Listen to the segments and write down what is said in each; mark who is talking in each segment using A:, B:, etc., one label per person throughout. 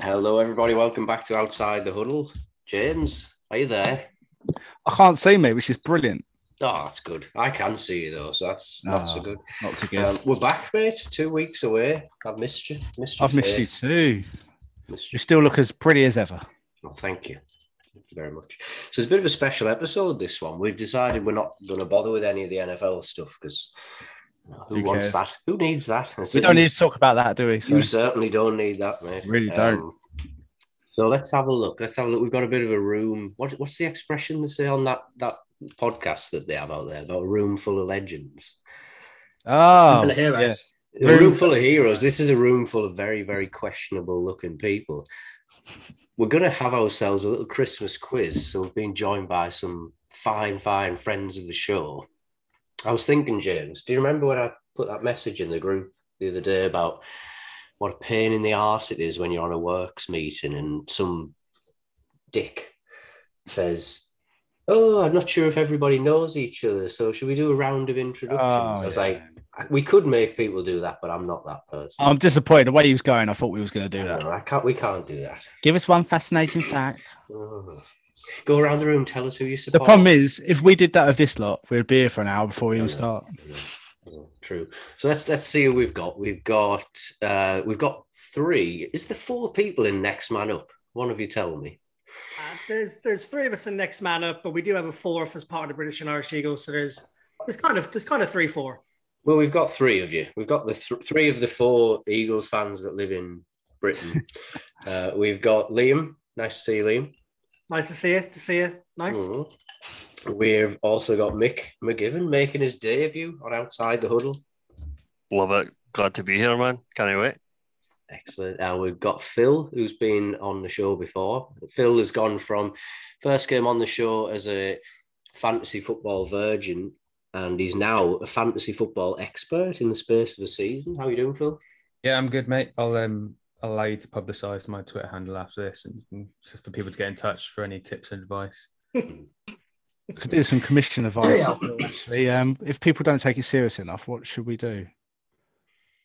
A: Hello, everybody. Welcome back to Outside the Huddle. James, are you there?
B: I can't see me, which is brilliant.
A: Oh, that's good. I can see you though, so that's
B: Ah,
A: not so good.
B: Not to go.
A: Um, we're back, mate. Two weeks away. I've missed you. Missed you.
B: I've missed you too.
A: Missed
B: You
A: you.
B: still look as pretty as ever.
A: Well, Oh, thank you very much. So it's a bit of a special episode. This one. We've decided we're not going to bother with any of the NFL stuff because who
B: Who
A: wants
B: cares?
A: that? Who needs that? And so
B: We don't
A: you-
B: need to talk about that, do we? So-
A: You certainly don't need that, mate. Um,
B: Really don't.
A: so let's have a look. Let's have a look. We've got a bit of a room. What, what's the expression they say on that that podcast that they have out there about a room full of legends?
B: oh,
C: and hear
B: yeah.
C: us.
A: A room,
B: Room-
A: full of heroes. This is a room full of very, very questionable looking people. We're going to have ourselves a little Christmas quiz. So we've been joined by some fine, fine friends of the show. I was thinking, James, do you remember when I put that message in the group the other day about what a pain in the arse it is when you're on a works meeting and some dick says, Oh, I'm not sure if everybody knows each other. So should we do a round of introductions?
B: Oh,
A: I was
B: yeah.
A: like, we could make people do that, but I'm not that person.
B: I'm disappointed. The way he was going, I thought we was going to do that.
A: No, I can't. We can't do that.
B: Give us one fascinating fact.
A: Ugh. Go around the room, tell us who you
B: The
A: support.
B: problem is, if we did that of this lot, we'd be here for an hour before we
A: I
B: even
A: know.
B: start.
A: Oh, True. So let's let's see who we've got. We've got uh, we've got three. Is there four people in Next Man Up? One of you tell me.
C: Uh, there's there's three of us in next man up, but we do have a fourth as part of the British and Irish Eagles. So there's there's kind of there's kind of three four.
A: Well, we've got three of you. We've got the th- three of the four Eagles fans that live in Britain. uh, we've got Liam. Nice to see you, Liam.
C: Nice to see you. To see you. Nice.
A: Mhm. We've also got Mick McGivern making his debut on Outside the Huddle.
D: Love it. Glad to be here, man. Can't wait.
A: Excellent. And we've got Phil, who's been on the show before. Phil has gone from first came on the show as a fantasy football virgin, and he's now a fantasy football expert in the space of a season. How you doing, Phil?
E: Yeah, I'm good, mate. I'll um allow you to publicise my Twitter handle after this, and you can- so for people to get in touch for any tips and advice.
B: We could do some commission advice. Actually, um, if people don't take it serious enough, what should we do?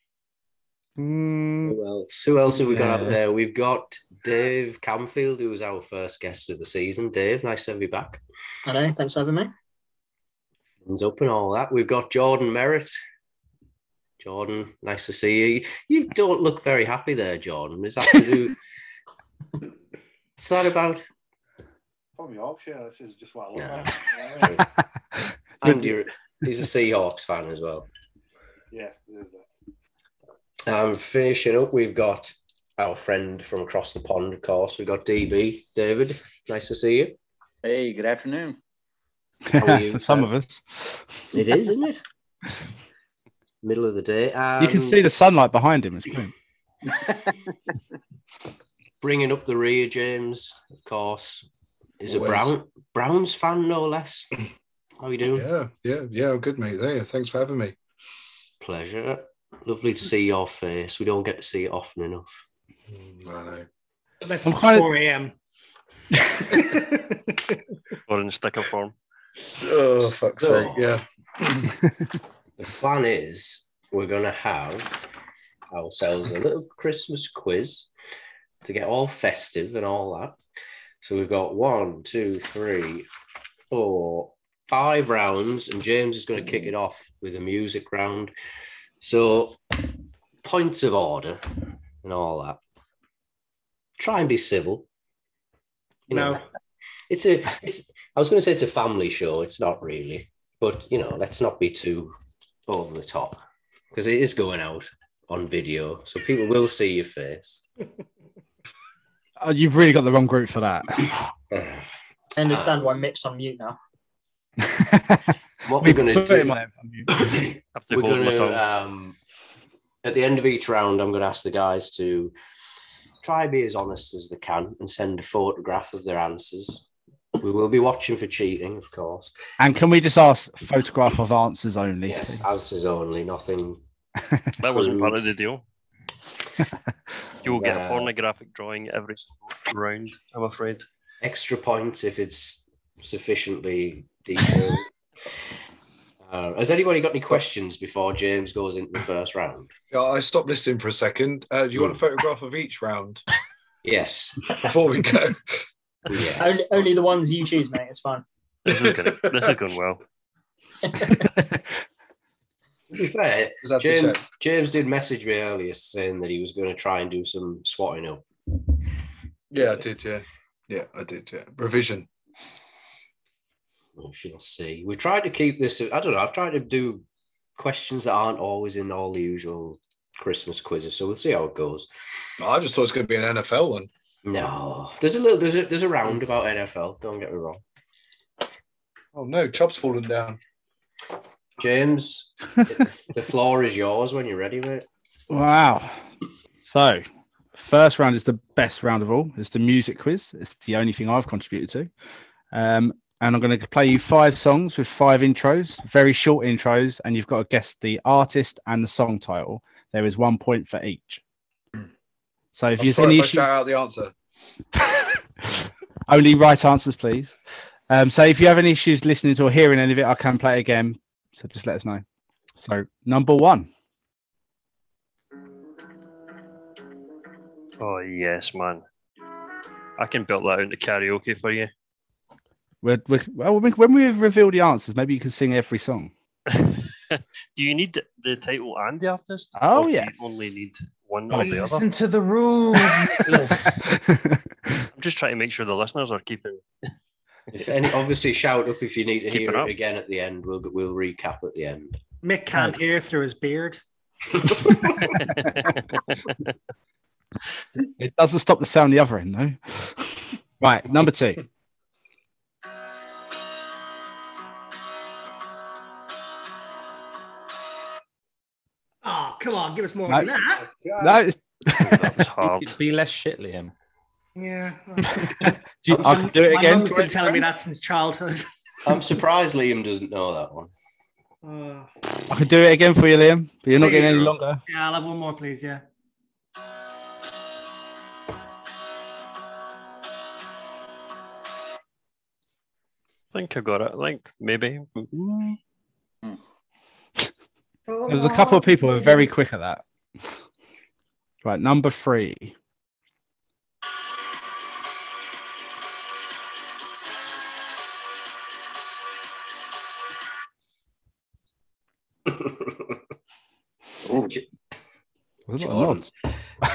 E: Mm,
A: Who else? Who else have we got out
E: Yeah.
A: there? We've got Dave Camfield, who was our first guest of the season. Dave, nice to have you back.
C: I know. Thanks for having me.
A: Hands up and all that. We've got Jordan Merritt. Jordan, nice to see you. You don't look very happy there, Jordan. Is that to do? What's that about?
F: from Yorkshire. This is just what I look
A: No.
F: like. Yeah,
A: True. And you're, he's a Seahawks fan as well.
F: yeah, there's that.
A: Um, finishing up, we've got our friend from across the pond, of course. We've got DB, David. Nice to see you.
G: Hey, good afternoon.
A: are you,
B: For some
A: sir?
B: of us,
A: It is, isn't it? Middle of the day. Um,
B: you can see the sunlight behind him. It's brilliant.
A: bringing up the rear, James, of course, is a
H: Always.
A: Brown Browns fan, no less. How you doing?
H: Yeah, yeah, yeah. I'm good, mate. There. Thanks for having me.
A: Pleasure. Lovely to see your face. We don't get to see it often enough.
H: I know.
C: Unless
B: I'm
C: it's
B: kinda-
C: four a.m.
D: Or in sticker form.
H: Oh, fuck's
A: sake,
H: Yeah.
A: The plan is we're going to have ourselves a little Christmas quiz to get all festive and all that. So we've got one, two, three, four, five rounds, and James is going to kick it off with a music round. So points of order and all that. Try and be civil. You know,
C: no,
A: it's a. It's, I was going to say it's a family show. It's not really, but you know, let's not be too over the top because it is going out on video, so people will see your face.
B: Oh, you've really got the wrong group for that.
I: I understand why Mick's on mute now.
A: What we're going to
B: put
A: do,
B: him on-
D: I have to
A: we're
D: hold
A: going
D: my tongue.
A: to um, at the end of each round, I'm going to ask the guys to try and be as honest as they can and send a photograph of their answers. We will be watching for cheating, of course.
B: And can we just ask photograph of answers only?
A: Yes, answers only, nothing
D: that wasn't part of the deal. You'll get
A: Uh,
D: a pornographic drawing every single round, I'm afraid.
A: extra points if it's sufficiently detailed. uh, has anybody got any questions before James goes into the first round? Mm.
H: I stopped listening for a second. Uh, do you want a photograph of each round?
A: Yes. Oh,
H: Before we go,
A: Yes.
I: Only, only the ones you choose, mate. It's fine.
D: This is going this has gone well.
A: To be fair,
H: Just have to
A: James,
H: check.
A: James did message me earlier saying that he was going to try and do some swatting up.
H: yeah, I did. Yeah, yeah, I did. Yeah, revision.
A: We shall see. We tried to keep this. I don't know. I've tried to do questions that aren't always in all the usual Christmas quizzes. So we'll see how it goes.
H: Oh, I just thought it was going to be an NFL one.
A: No, there's a little. There's a there's a round about NFL. Don't get me wrong.
H: Oh no, Chop's fallen down.
A: James, the floor is yours when you're ready, mate.
B: Wow. So, first round is the best round of all. It's the music quiz. It's the only thing I've contributed to. Um, and I'm going to play you five songs with five intros, very short intros, and you've got to guess the artist and the song title. There is one point for each. So if
H: I'm
B: you
H: sorry
B: any
H: if I
B: issue,
H: shout out the answer.
B: only right answers, please. Um, so if you have any issues listening to or hearing any of it, I can play it again. So just let us know. So number one.
D: Oh yes, man. I can build that into karaoke for you.
B: We're, we're, well, we- when we reveal the answers, maybe you can sing every song.
D: Do you need the title and the artist? or
B: Oh,
D: do you
B: yes.
D: only need one or the other.
E: Oh, Listen to the rules, Nicholas.
D: I'm just trying to make sure the listeners are keeping.
A: If any, obviously, shout up if you need to
D: Keep
A: hear
D: it
A: it
D: up.
A: again at the end. We'll we'll recap at the end.
C: Mick can't hear through his beard.
B: it doesn't stop the sound the other end, no. Right, number two.
C: Oh, come on, give us more
B: No.
C: than that.
B: No, it's,
D: that was hard.
E: Be less shit, Liam.
C: Yeah.
B: do you- I can do it
C: My
B: again.
C: mum's been telling me that since childhood.
A: I'm surprised Liam doesn't know that one.
C: Oh.
B: I can do it again for you, Liam. But you're not
C: Please.
B: getting any longer.
C: uh, yeah, I'll have one more, please. Yeah.
D: I think I got it. I think maybe.
B: There's a couple of people who are very quick at that. Right, number three. Was it a nod?
A: Jordan.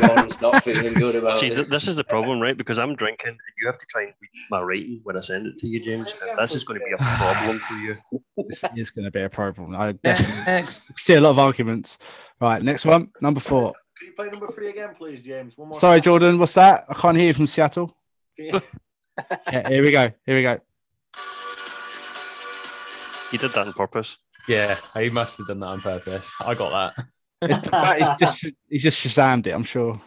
A: Jordan's not feeling good about
D: See, th-
A: this.
D: this is the problem, right? Because I'm drinking, and you have to try and read my writing when I send it to you, James. And this is going to be a problem for you.
B: This is going to be a problem. I definitely
E: Next.
B: see a lot of arguments. Right, next one, number four.
F: Can you play number three again, please, James? One more.
B: Sorry,
F: time.
B: Jordan, what's that? I can't hear you from Seattle.
F: Yeah.
B: Yeah, here we go. Here we go.
D: You did that on purpose.
E: Yeah, he must have done that on purpose. I got that.
B: It's the fact he just he just shazammed it. I'm sure.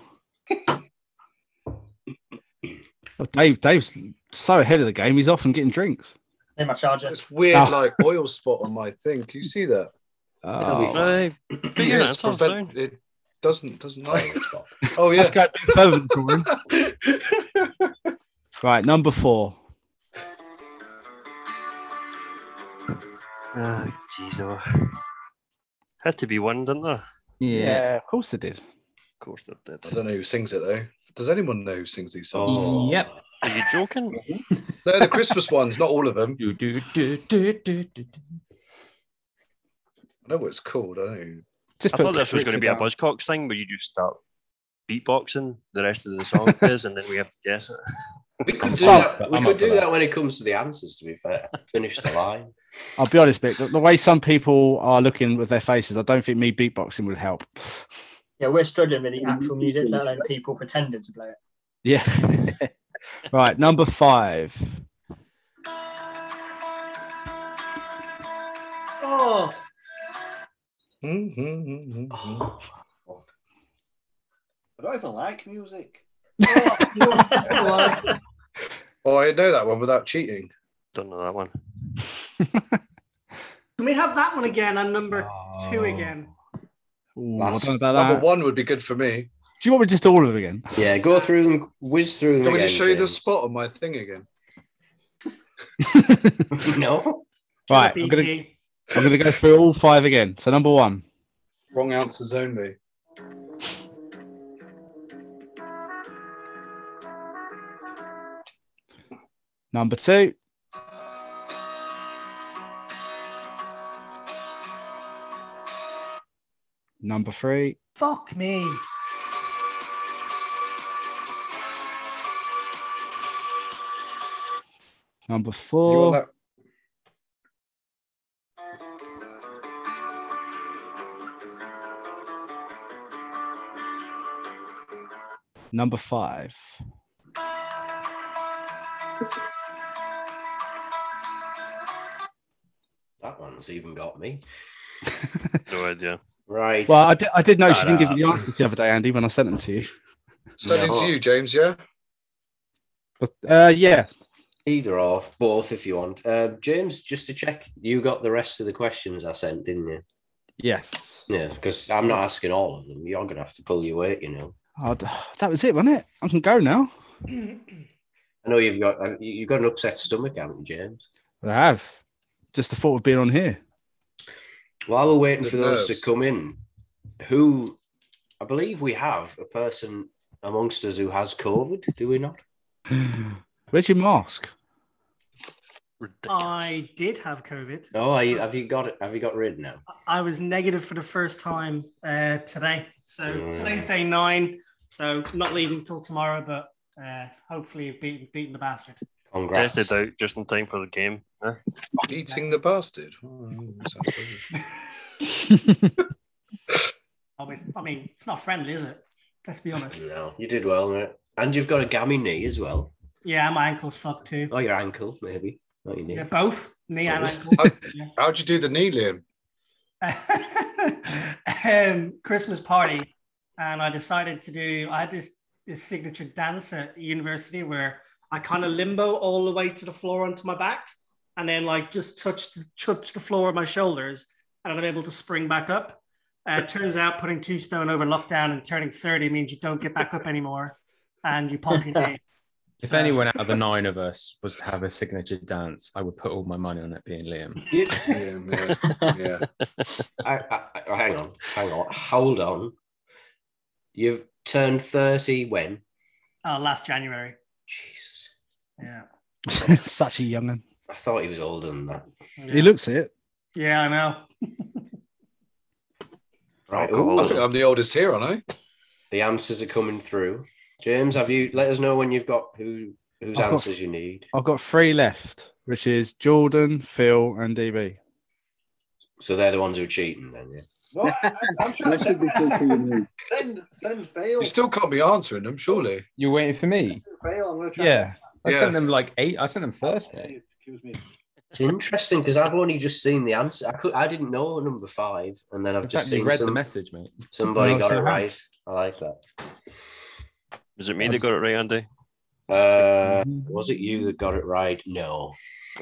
B: Well, Dave, Dave's so ahead of the game. He's off and getting drinks.
I: In my charger.
H: It's weird,
B: Oh.
H: like oil spot on my thing. Can you see that?
A: That'll be
B: Oh.
A: fine.
D: Right. But your
H: Yeah, it's
D: answer's
H: prevent-
D: down.
H: it doesn't doesn't like.
A: Spot.
H: Oh yeah.
B: Let's go a bit further than Jordan. Right, number four.
D: Ah, jeez, oh. Had to be one, didn't there? Of
B: Uh, of course it is.
D: course there did.
H: I don't know who sings it though. Does anyone know who sings these songs?
A: Oh,
E: Yep.
D: Are you joking?
H: No, the Christmas ones, not all of them.
E: Do, do, do, do, do, do.
H: I know what it's called. I know.
B: Just
D: I
B: put
D: thought this was going to be a Buzzcocks thing where you just start beatboxing the rest of the song is, and then we have to guess it.
A: We could do
B: sorry,
A: that.
E: but
A: We
E: I'm
A: could
E: up for
A: do
E: that.
A: that when it comes to the answers. To be fair, finish the line.
B: I'll be honest, Mick. The, the way some people are looking with their faces, I don't think me beatboxing would help.
I: Yeah, we're struggling with the actual music, let alone people pretending to play it.
B: Yeah. right, number five.
C: Oh,
H: Mhm.
F: I don't even like music.
H: Oh, I know that one without cheating.
D: Don't know that one.
C: can we have that one again and number
B: Oh.
C: two again?
B: Ooh, I
A: That's-
B: don't know about
H: Number
B: that.
H: one would be good for me.
B: Do you want me to just do all of them again?
A: Yeah, go through them, whiz through them.
H: Can we
A: again,
H: just show you the
A: James.
H: spot on my thing again?
A: No.
B: Right, I'm
C: BT.
B: gonna, I'm gonna go through all five again. So number one,
H: Wrong answers only.
B: Number two. Number three.
C: Fuck me.
B: Number
H: You want
B: four.
H: that?
B: Number five.
A: That one's even got me.
D: No idea.
A: Right.
B: Well, I did, I did know she
D: Shut
B: didn't give
D: up.
B: you the answers the other day, Andy, when I sent them to you.
H: Standing
A: No.
H: to you, James. Yeah.
B: But uh, yeah,
A: Either or, both if you want. Uh, James, just to check, you got the rest of the questions I sent, didn't you?
B: yes.
A: Yeah, because I'm not asking all of them. You're going to have to pull your weight, you know.
B: Oh, d- that was it, wasn't it? I can go now.
A: I know you've got uh, you- you've got an upset stomach, haven't you, James?
B: I have. Just the thought of being on here.
A: While we're waiting
H: The
A: for those
H: nerves.
A: to come in, who I believe we have a person amongst us who has COVID, do we not?
B: Where's your mask?
D: Ridiculous.
C: I did have COVID.
A: Oh, I, have you got it? Have you got rid now?
C: I was negative for the first time uh, today. So
A: Mm.
C: today's day nine. So not leaving till tomorrow, but uh, hopefully beating beating the bastard.
A: Congrats.
D: Tested out just in time for the game. Huh?
H: Eating the bastard. Oh, sounds good.
C: Always, I mean, it's not friendly, is it? Let's be honest.
A: No, you did well, mate. And you've got a gammy knee as well,
C: Yeah, my ankle's fucked too.
A: or your ankle maybe, not your knee.
C: Yeah, both knee and ankle. Yeah.
H: How'd you do the knee, Liam?
C: um, Christmas party, and I decided to do. I had this this signature dance at university where I kind of limbo all the way to the floor onto my back, and then like just touch the, touch the floor of my shoulders, and I'm able to spring back up. Uh, turns out putting two stone over lockdown and turning thirty means you don't get back up anymore, and you pop your knee.
E: If
C: So-
E: anyone out of the nine of us was to have a signature dance, I would put all my money on it being Liam.
A: You-
H: Liam, yeah, yeah.
A: I, I, I- hang on, hang on, hold on. You've turned 30 when?
C: uh, last January,
A: Jeez.
C: yeah.
B: Such a young one.
A: I thought he was older than that.
B: He looks it.
C: Yeah, I know.
A: Right.
H: I think
A: ooh,
H: I'm the oldest here, aren't I?
A: the answers are coming through. James, have you let us know when you've got who whose
B: I've got-
A: answers you need?
B: I've got three left, which is Jordan, Phil, and DB.
A: So they're the ones who are cheating then, yeah.
F: What? I- I'm trying to
G: That should be good for you,
F: send,
G: mate.
F: send, send fail.
H: You still can't be answering them, surely.
E: You're waiting for me.
F: fail. I'm going to try.
B: Yeah.
E: I
H: Yeah.
E: sent them like eight. I sent them first, mate.
F: Excuse me.
A: It's interesting because I've only just seen the answer. I could I didn't know number five, and then I've
E: In
A: just
E: fact, you
A: seen
E: read the
A: some-
E: message, mate.
A: somebody
B: No,
A: got
B: so
A: it
B: have.
A: right. I like that.
D: Was it me that got it right, Andy?
A: Uh, was it you that got it right? No.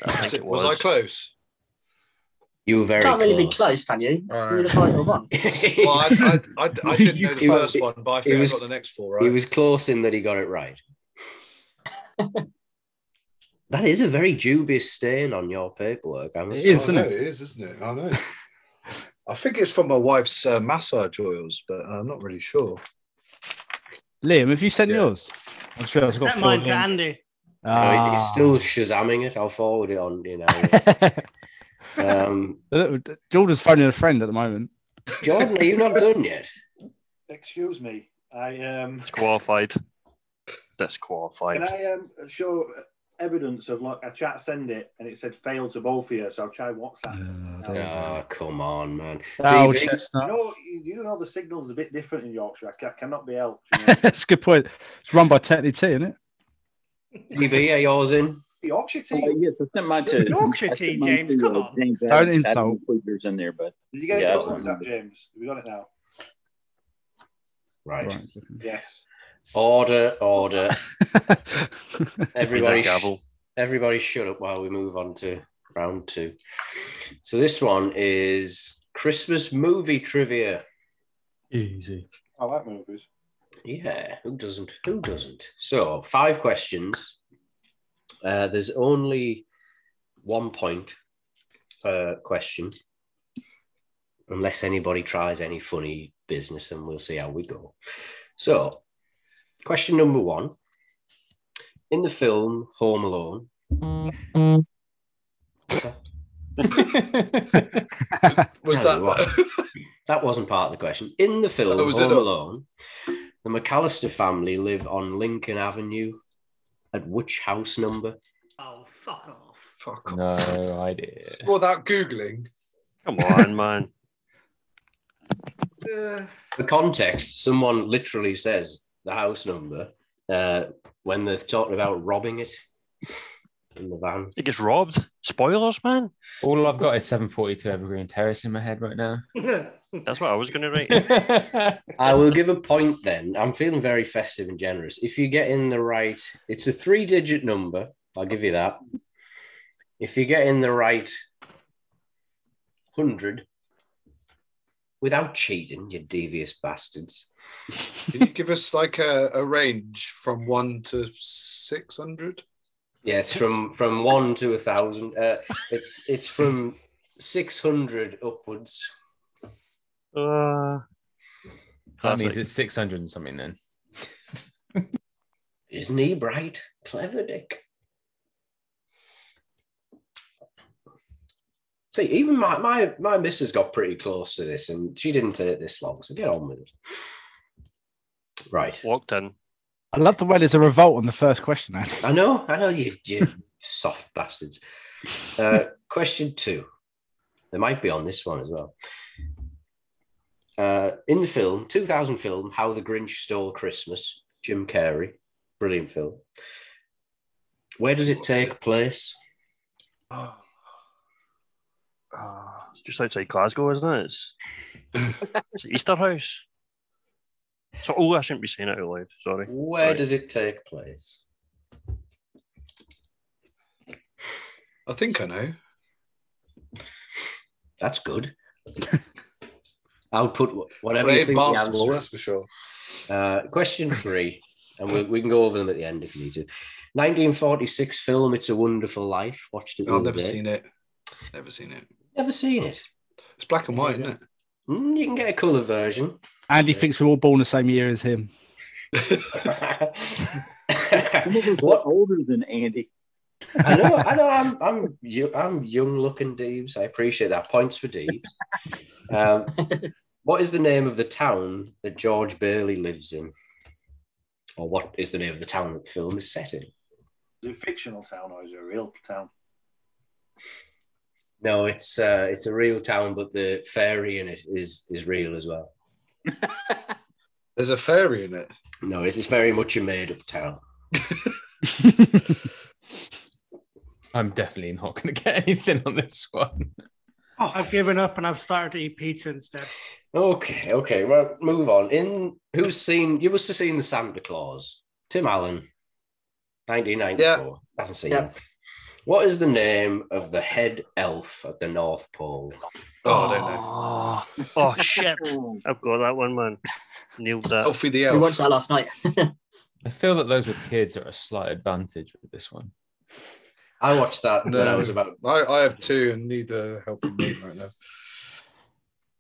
D: I think
H: Was,
D: it
H: it,
D: was.
H: was I close?
A: You were very
I: Can't really be
A: close.
I: close, can you?
H: All
I: You're the
H: right.
I: final one.
H: Well, I, I, I, I didn't know the
A: You-
H: first one, but I think
A: was-
H: I got the next four,
A: He
H: right?
A: was close in that he got it right. that is a very dubious stain on your paperwork. I must
B: It is,
A: say.
H: I
B: isn't
H: know,
B: it?
H: it is, isn't it? I know. I think it's from my wife's uh, massage oils, but I'm not really sure.
B: Liam, have you sent
H: Yeah.
B: yours? I'm sure I've got
C: Sent mine to
B: Jordan.
C: Andy.
A: No, he-
B: Ah.
A: he's still shazamming it. I'll forward it on. You know, um,
B: Jordan's phoning a friend at the moment.
A: Jordan, are you not done yet?
F: Excuse me. I um.
D: Disqualified.
F: Can
D: Disqualified.
F: I um, show evidence of like I chat send it and it said fail to both of you, so I've tried WhatsApp.
B: Oh,
A: Ah, come on, man.
B: Oh,
A: DB?
F: You
B: chestnut.
F: know, you, you know the signal's a bit different in Yorkshire. I ca- cannot be helped. you know.
B: That's a good point. It's run by Tetley T, isn't it?
A: DB, are yours in?
F: Yorkshire
G: Uh,
F: team.
G: yes, I sent mine to
C: Yorkshire
G: I sent
C: tea,
G: mine
C: James,
G: to,
C: come
G: uh,
C: on.
G: James
B: Don't
G: Adam- Adam
B: insult.
G: Quigley's in there, but
F: Did you get
G: Yeah,
F: it
G: I
F: from
G: don't
F: WhatsApp,
G: remember.
F: James? Have we got it now?
A: Right.
F: Yes.
A: Order, order.
B: Right.
A: Everybody,
D: Everybody's
A: sh- everybody, shut up while we move on to round two. So this one is Christmas movie trivia.
E: Easy.
F: I like movies.
A: Yeah, who doesn't? Who doesn't? So, five questions. Uh, there's only one point per question, unless anybody tries any funny business, and we'll see how we go. So, question number one In the film Home Alone,
H: Was
A: Tell you
H: that?
A: what, that wasn't part of the question. In the film
H: Oh, was it
A: Home
H: not?
A: Alone, the McAllister family live on Lincoln Avenue. At which house number?
C: Oh, fuck off.
H: Fuck off.
E: No idea.
H: Without googling.
D: Come on, man.
C: Uh,
A: For context, someone literally says the house number uh, when they're talking about robbing it in the van.
D: It gets robbed. Spoilers, man.
E: All I've got is 742 Evergreen Terrace in my head right now.
D: That's what I was going to write.
A: I will give a point then. I'm feeling very festive and generous. If you get in the right, it's a three digit number. I'll give you that. If you get in the right 100 without cheating, you devious bastards.
H: Can you give us like a, a range from one to six hundred?
A: Yeah, it's from from one to a thousand. Uh, it's it's from 600 upwards.
D: Uh,
E: that
D: classic.
E: means it's 600 and something then.
A: Isn't he bright? Clever Dick. See, even my, my my missus got pretty close to this and she didn't take this long, so get on with it. Right.
D: Locked in.
B: I love the way there's a revolt on the first question, Andy.
A: I know, I know you, you soft bastards. Uh, question two. They might be on this one as well. Uh, in the film, 2000 film, How the Grinch Stole Christmas, Jim Carrey, brilliant film. Where does it take place?
D: It's just outside Glasgow, isn't it? It's, it's Easter House. So, oh, I shouldn't be saying it out loud. Sorry.
A: Where
D: Right.
A: does it take place?
H: I think I know.
A: That's good. I'll put wh- whatever you
H: Ray
A: think the
H: Barstool,
A: answer
H: that's
A: is.
H: for sure.
A: Uh, question three, and we, we can go over them at the end if you need to. 1946 film, It's a Wonderful Life. Watched it. the
H: I've
A: other
H: never
A: day.
H: seen it. Never seen it.
A: Never seen it.
H: It's black and white, isn't it?
A: Mm, you can get a colour version.
B: Andy thinks we're all born the same year as him.
G: Some of us are
A: what
G: older than Andy.
A: I know, I know. I'm I'm yo- I'm young looking Deebs. I appreciate that. Points for Deebs. Um, what is the name of the town that George Burley lives in? Or what is the name of the town that the film is set in?
F: Is it a fictional town or is it a real town?
A: No, it's uh, it's a real town, but the fairy in it is is real as well.
H: There's a fairy in it.
A: No, it is very much a made up town.
E: I'm definitely not going to get anything on this one.
C: I've given up and I've started to eat pizza instead.
A: Okay, okay. Well, move on. In who's seen? You must have seen the Santa Claus. Tim Allen, nineteen ninety four. Hasn't seen
C: Yeah.
A: it. What is the name of the head elf at the North Pole?
H: Oh, I don't know.
A: Ah.
D: Oh, shit.
G: Oh.
D: I've got that one, man. Nailed that.
H: Elfie the
I: We
H: elf.
I: watched that last night.
E: I feel that those with kids are at a slight advantage with this one.
A: I watched that when I
H: No.
A: was about.
H: I, I have two, and neither helping me right now.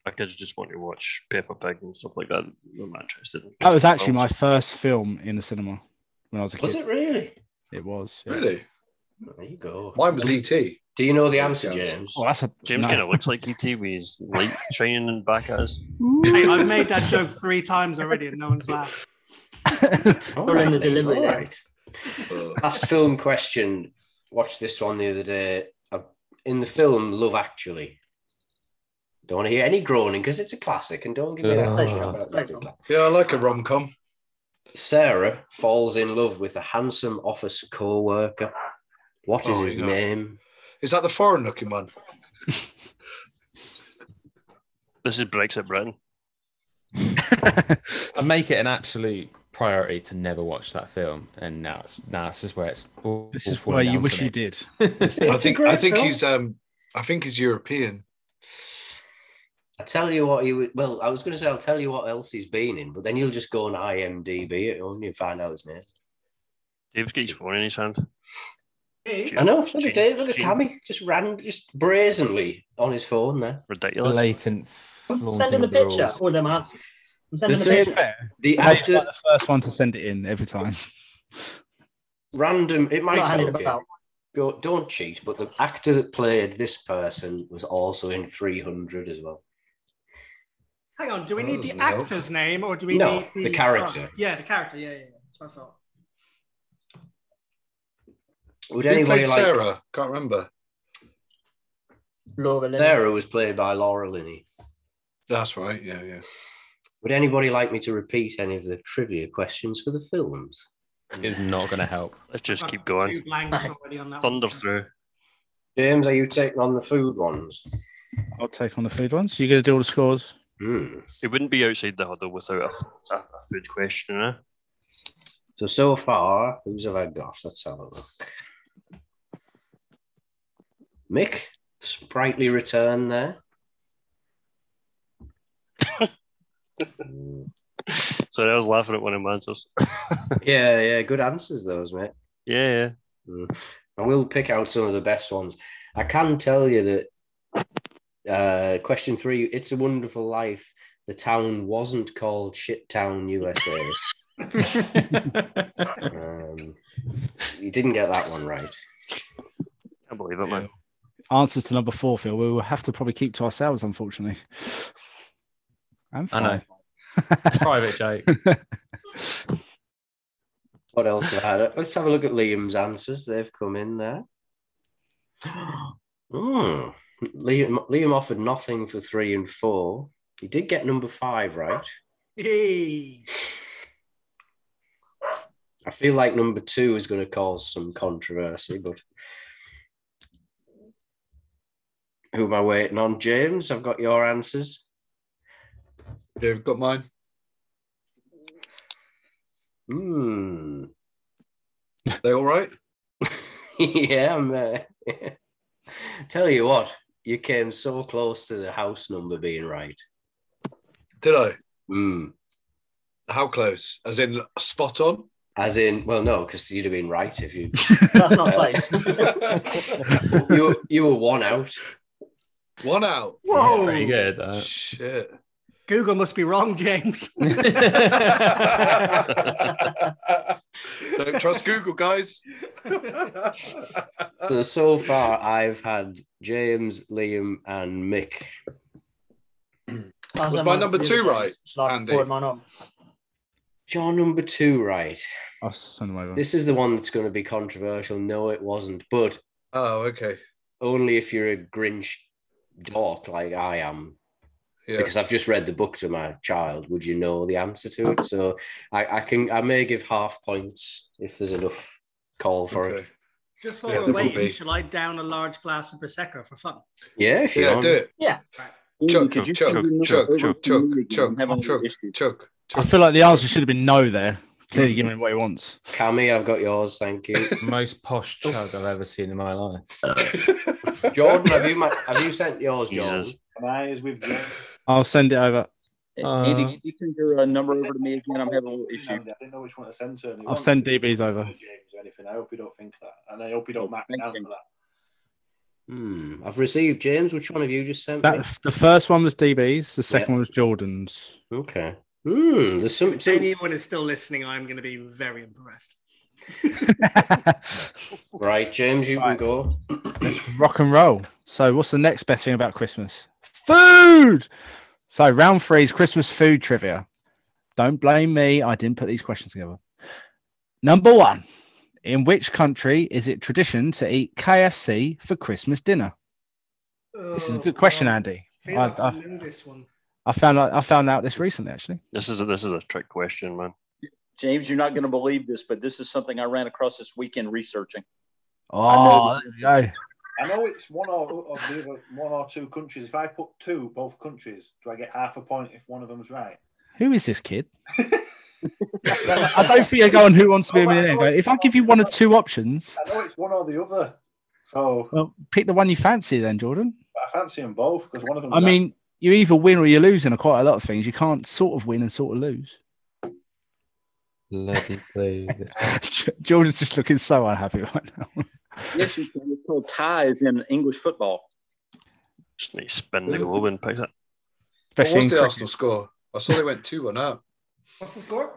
D: My kids just want to watch Peppa Pig and stuff like that. I'm not interested. in
B: That was actually my first film in the cinema when I was a kid.
A: Was it really?
B: It was. yeah.
H: Really?
A: There you go.
H: Mine was E ET.
A: Do you know the answer,
H: Yes.
A: James?
B: Oh, that's a
D: James
B: no.
D: kind of looks like ET with his light shining in back at us.
C: Hey, I've made that joke three times already and no one's laughed.
A: All
I: Or in the
A: then,
I: delivery
A: all
I: then.
A: right.
H: Uh,
A: Last film question. Watched this one the other day. Uh, In the film Love Actually. Don't want to hear any groaning because it's a classic, and don't give me that.
E: Ugh.
A: pressure about that.
H: yeah, I like a rom com.
A: Sarah falls in love with a handsome office co worker. What is
H: Oh,
A: his
H: yeah.
A: name?
H: Is that the foreign looking one?
D: This is Brexit Britain.
E: I make it an absolute priority to never watch that film, and now it's now this is where it's all,
B: This
E: all
B: is
E: falling
B: where you
E: down
B: wish
E: for
B: you
E: me.
B: did.
H: I
A: It's a
H: think
A: great
H: I think
A: film.
H: he's um I think he's European.
A: I tell you what, he was, well, I was going to say, I'll tell you what else he's been in, but then you'll just go on IMDb it and you find out his name.
D: Dave's got his phone in his hand.
C: Hey,
A: I know, look at
D: Gene-
A: Dave, look at
D: Gene.
A: Cammy, just ran, just brazenly on his phone there.
D: Ridiculous.
E: Blatant.
I: Send in
E: flaunting
I: the
E: of the
I: picture.
E: rules.
I: All them answers. I'm
A: The
I: sending the
A: same,
I: picture.
A: the
B: Andy's like
A: actor,
B: the first one to send it in every time.
A: random, it
I: I'm
A: might
I: not handing
A: help
I: them
A: you.
I: about.
A: go, don't cheat, but the actor that played this person was also in 300 as well.
C: Hang on, do we
H: Oh,
C: need the
H: no.
C: actor's name or do we
A: No,
C: need
A: the character.
C: oh, yeah, the character. Yeah, yeah, yeah. That's what I thought.
A: Would
H: Who
A: anybody
H: played
A: like Sarah?
H: Sarah? Can't remember.
I: Laura Lynn.
A: was played by Laura Linney.
H: That's right. Yeah, yeah.
A: Would anybody like me to repeat any of the trivia questions for the films?
E: It's not going to help.
D: Let's just
C: Got
D: keep
C: Two
D: going.
C: blanks already on that one.
D: Thunder through.
A: James, are you taking on the food ones?
B: I'll take on the food ones. You're going to do all the scores.
A: Hmm.
D: It wouldn't be outside the huddle without a, f- a- a food question, eh?
A: So so far, who's have I got? Let's have a look. Mick, sprightly return there. Mm.
D: Sorry, I was laughing at one of my answers.
A: yeah, yeah, good answers those, mate.
D: Yeah, yeah.
A: Mm. I will pick out some of the best ones. I can tell you that uh, question three, It's a Wonderful Life, the town wasn't called Shit Town USA. um, you didn't get that one right.
D: Can't believe it, man.
B: Answers to number four, Phil. We will have to probably keep to ourselves, unfortunately. And
E: I know.
B: five.
E: Private joke.
A: What else have I had? Let's have a look at Liam's answers. They've come in there. Hmm. Liam, Liam offered nothing for three and four. He did get number five right.
C: Hey.
A: I feel like number two is going to cause some controversy, but who am I waiting on? James, I've got your answers.
H: You've got mine.
A: Hmm.
H: They all right?
A: yeah, I'm there. Tell you what, you came so close to the house number being right.
H: Did I?
A: Hmm.
H: How close? As in spot on?
A: As in, well, no, because you'd have been right if you
I: That's not close.
A: you were, you were one out.
H: One out.
E: That's
C: Whoa.
E: pretty good. that.
H: Shit.
C: Google must be wrong, James.
H: Don't trust Google, guys.
A: So so far, I've had James, Liam, and Mick.
I: That's
H: Was
I: a
H: my
I: nice
H: number
I: little
H: two
I: place.
H: right,
I: Shall I
H: Andy?
I: forward mine on?
A: John number two, right?
B: I'll send them over.
A: This is the one that's going to be controversial. No, it wasn't, but
H: Oh, okay.
A: only if you're a Grinch dork like I am,
H: Yeah.
A: because I've just read the book to my child. Would you know the answer to it? So I, I can I may give half points if there's enough call for it.
H: Okay.
C: Just while
H: Yeah,
C: we're
H: there will be.
C: waiting, shall I down a large glass of prosecco for fun?
A: Yeah, if you
H: Yeah,
A: want.
H: do it. Chuck,
G: could you
H: Chuck,
G: send another
H: Chuck,
G: over
H: Chuck,
G: to me
H: Chuck,
G: and have
H: Chuck,
G: another issue?
H: Chuck.
B: I feel like the answer should have been no there. Clearly giving him what he wants.
A: Cammy, I've got yours. Thank you.
E: Most posh chug I've ever seen in my life.
A: Jordan, have you ma- have you sent yours, Jordan?
D: Jesus.
F: Mine is with James.
B: I'll send it over.
G: Andy,
E: Uh,
G: could you send your uh, number over to me again? I'm having a little issue.
F: I didn't know which one to send to. and it
B: I'll
F: wasn't
B: send DBs over.
F: James or anything. I hope you don't think that, and I hope you
G: Oh,
F: don't mark me down for that.
A: Hmm. I've received James. Which one have you just sent me?
B: That the first one was DB's, the second
A: Yeah.
B: one was Jordan's.
A: Okay. Hmm. There's some.
C: If
A: some-
C: anyone is still listening, I'm going to be very impressed.
A: right, James, you
B: Right.
A: can go.
B: Rock and roll. So, what's the next best thing about Christmas? Food. So, round three is Christmas food trivia. Don't blame me. I didn't put these questions together. Number one In which country is it tradition to eat KFC for Christmas dinner?
C: Uh,
B: This is a good question,
C: Oh, I
B: Andy.
C: feel
B: I-
C: like
B: I-
C: I know this one.
B: I found out, I found out this recently, actually.
D: This is a, this is a trick question, man.
G: James, you're not going to believe this, but this is something I ran across this weekend researching.
B: Oh, there you go.
F: I know it's one or of the other, one or two countries. If I put two, both countries, do I get half a point if one of them's right?
B: Who is this kid? I don't think I go on Who
C: Oh,
B: Wants to Be a Millionaire. But if I give you one or two options,
F: I know it's one or the other. So
B: well, pick the one you fancy, then, Jordan.
F: but I fancy them both because one
H: Oh,
F: of them.
B: I mean, you either win or you lose in quite a lot of things. You can't sort of win and sort of lose.
E: bloody blue.
B: Jordan's just looking so unhappy right now.
G: Yes, you can. It's called ties in English football.
D: Just need to spin the globe and pick that.
H: What
B: Especially in
H: was the
B: cricket.
H: Arsenal score? I saw they went 2 1 up.
C: What's the score?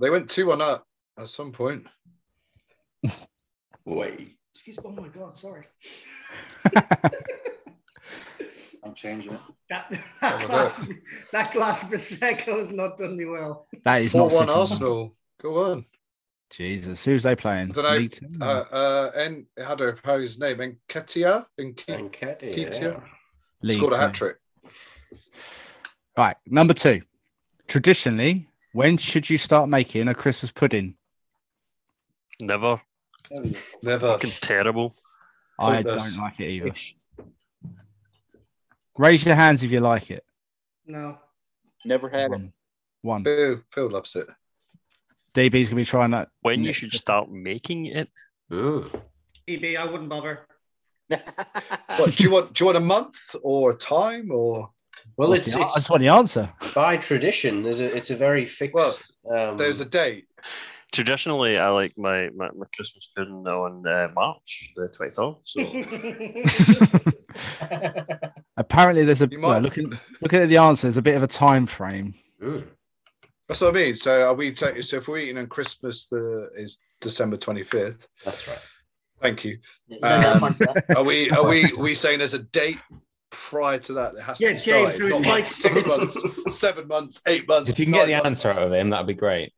H: They went 2 1 up at some point.
A: Wait.
C: Excuse me. Oh my God. Sorry.
F: I'm changing it.
C: That,
H: Oh,
C: that
H: my
C: glass, that glass of Prosecco has not done me well.
B: That is not
H: 4 1
B: City.
H: Arsenal. Go on.
B: Jesus, who's they playing?
H: I don't know.
B: League Two?
H: Uh, uh, and how do I his name? Enketia? Enketia.
A: Nketiah,
H: Ketia
B: League
H: Scored a
B: Two.
H: hat trick.
B: Right, number two. Traditionally, when should you start making a Christmas pudding?
D: Never.
F: There we go.
H: Never.
D: Fucking terrible.
B: I
H: Pointless.
B: don't like it either. Raise your hands if you like it.
C: No.
J: Never had it.
B: One. One.
H: Phil, Phil loves it.
B: DB's gonna be trying that.
D: When you
B: next-
D: should start making it.
A: Ooh.
C: EB, E I wouldn't bother.
H: What do you want? Do you want a month or a time or
A: Well,
B: What's
A: it's,
B: the- I
A: it's
B: just want the answer.
A: by tradition. There's a, it's a very fixed. um,
H: there's a date?
D: Traditionally, I like my, my, my Christmas pudding on uh, March the 23rd. So
B: Apparently, there's a
H: You
B: well,
H: might-
B: looking looking at the answer. There's a bit of a time frame.
A: Ooh.
H: That's what I mean. So are we taking? So if we're eating on Christmas, the is December twenty fifth.
A: That's right.
H: Thank you.
I: You don't have
H: Um,
I: one for that.
H: Are we? Are we? we saying there's a date prior to that that has
C: Yeah,
H: to be
C: James,
H: started?
C: so it's
H: Not
C: like-
H: six months, seven months, eight months.
E: If you can get the
H: nine
E: answer out of
H: months.
E: him, that'd be great.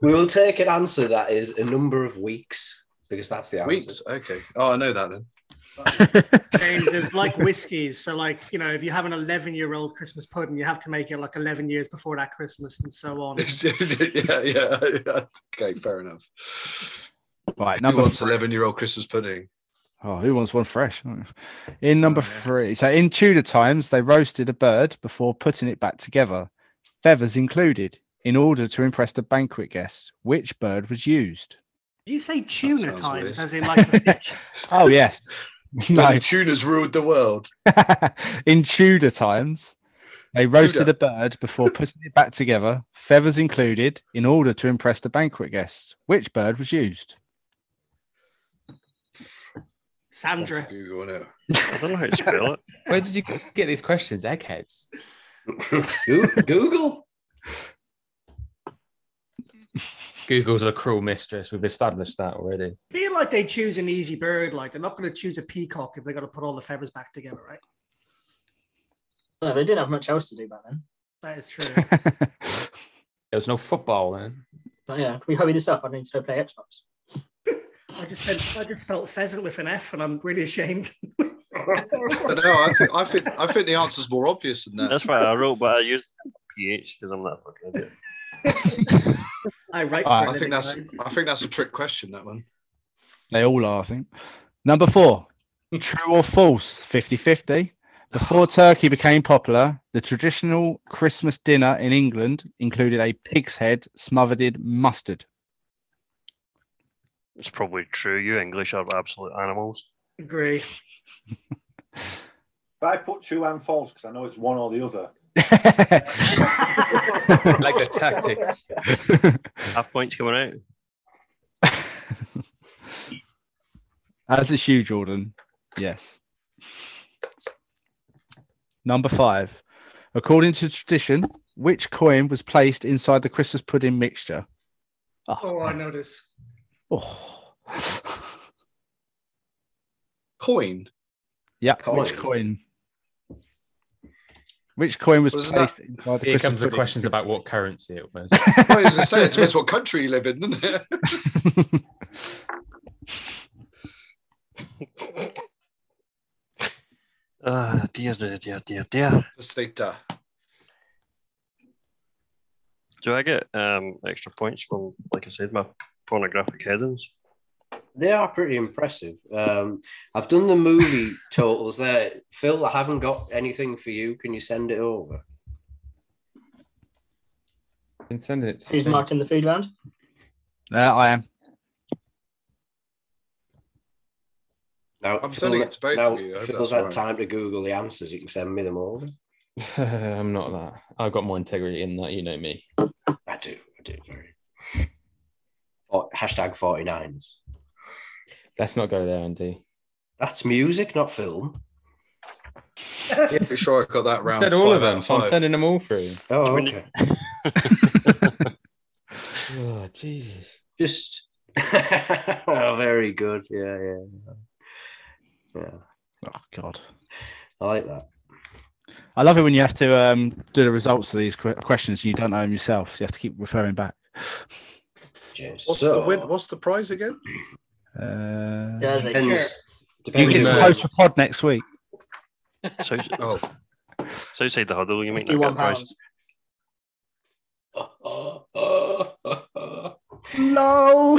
A: We will take an answer that is a number of weeks because that's the answer.
H: weeks. Okay. Oh, I know that then.
C: James is like whiskies. So, like, you know, if you have an 11 year old Christmas pudding, you have to make it like 11 years before that Christmas and so on.
H: yeah, yeah, yeah. Okay, fair enough.
B: Right,
H: Who
B: number
H: wants eleven-year-old Christmas pudding?
B: Oh, who wants one fresh? In number
H: Oh, yeah.
B: three, so in Tudor times, they roasted a bird before putting it back together, feathers included, in order to impress the banquet guests. Which bird was used?
C: Do you say tuna
H: sounds
C: times
H: weird.
C: as in like the fish?
B: Oh yes,
H: No.
B: no.
H: When tuners ruled the world.
B: in Tudor times, they roasted
H: Tudor.
B: a bird before putting it back together, feathers included, in order to impress the banquet guests. Which bird was used?
C: Sandra?
H: Google it.
D: I don't know how to spell it.
E: Where did you get these questions, eggheads?
A: Goo- Google.
E: Google's a cruel mistress. We've established that already.
C: I feel like they choose an easy bird. Like, they're not going to choose a peacock if they're going to put all the feathers back together, right?
I: No, they didn't have much else to do back then.
C: That is true.
E: There was no football then.
I: But yeah, can we hurry this up? I need to go play Xbox.
C: I just spent, I just spelled pheasant with an F and I'm really ashamed.
H: But no, I think I think I think the answer's more obvious than that.
D: That's why I wrote, but I used PH because I'm not a fucking idiot.
C: I write.
B: Ah,
C: for a
H: I think
C: living,
H: that's
C: right?
H: I think that's a trick question. That one.
B: They all are, I think. Number four, true or false, 50 50. Before turkey became popular, the traditional Christmas dinner in England included a pig's head smothered in mustard.
D: It's probably true. You English are absolute animals.
C: agree.
F: If I put true and false, because I know it's one or the other.
E: Like the tactics.
D: Half points coming out.
B: As is you, Jordan. Yes. Number five, according to tradition, which coin was placed inside the Christmas pudding mixture?
C: Oh, I know this.
B: Oh.
H: Coin.
B: Yeah,
A: Coin.
B: which coin? Which coin was
H: Wasn't
B: placed inside the
E: Here
B: Christmas
E: comes the
B: pudding?
E: questions about what currency it was.
H: Well, I was going to say it depends what country you live in, doesn't it?
D: Ah, dear, dear, dear, dear, dear.
H: Just say duh.
D: Do I get um extra points from, like I said, my pornographic headings?
A: They are pretty impressive. Um, I've done the movie totals there. Phil, I haven't got anything for you. Can you send it over?
E: And send it to
I: Who's
E: me.
I: marking the food round?
B: There I am.
A: Now,
H: I'm sending it to both
A: now
H: of you. I hope
A: Phil's
H: that's
A: had time to Google the answers. You can send me them over.
E: I'm not that. I've got more integrity in that. You know me.
A: I do. I do. Very. Oh, hashtag 49ers.
E: Let's not go there, Andy.
A: That's music, not film.
H: Pretty sure I got that round.
E: Said all
H: five
E: of
H: out
E: them, so I'm
H: five.
E: sending them all through.
A: Oh,
D: When you-
A: okay.
E: Oh Jesus!
A: Just oh, very good. Yeah, yeah. Yeah.
B: Oh God.
A: I like that.
B: I love it when you have to um, do the results of these que- questions and you don't know them yourself. So you have to keep referring back.
A: James.
K: What's
A: So-
K: the win? What's the prize again?
B: Uh,
I: Yeah, they
A: Depends-
I: care.
B: you
A: depends
B: can
A: on-
B: post a pod next week.
D: So,
K: Oh,
D: so outside the huddle, you mean that
I: Fifty-one
D: good price?
I: pounds.
A: Lol.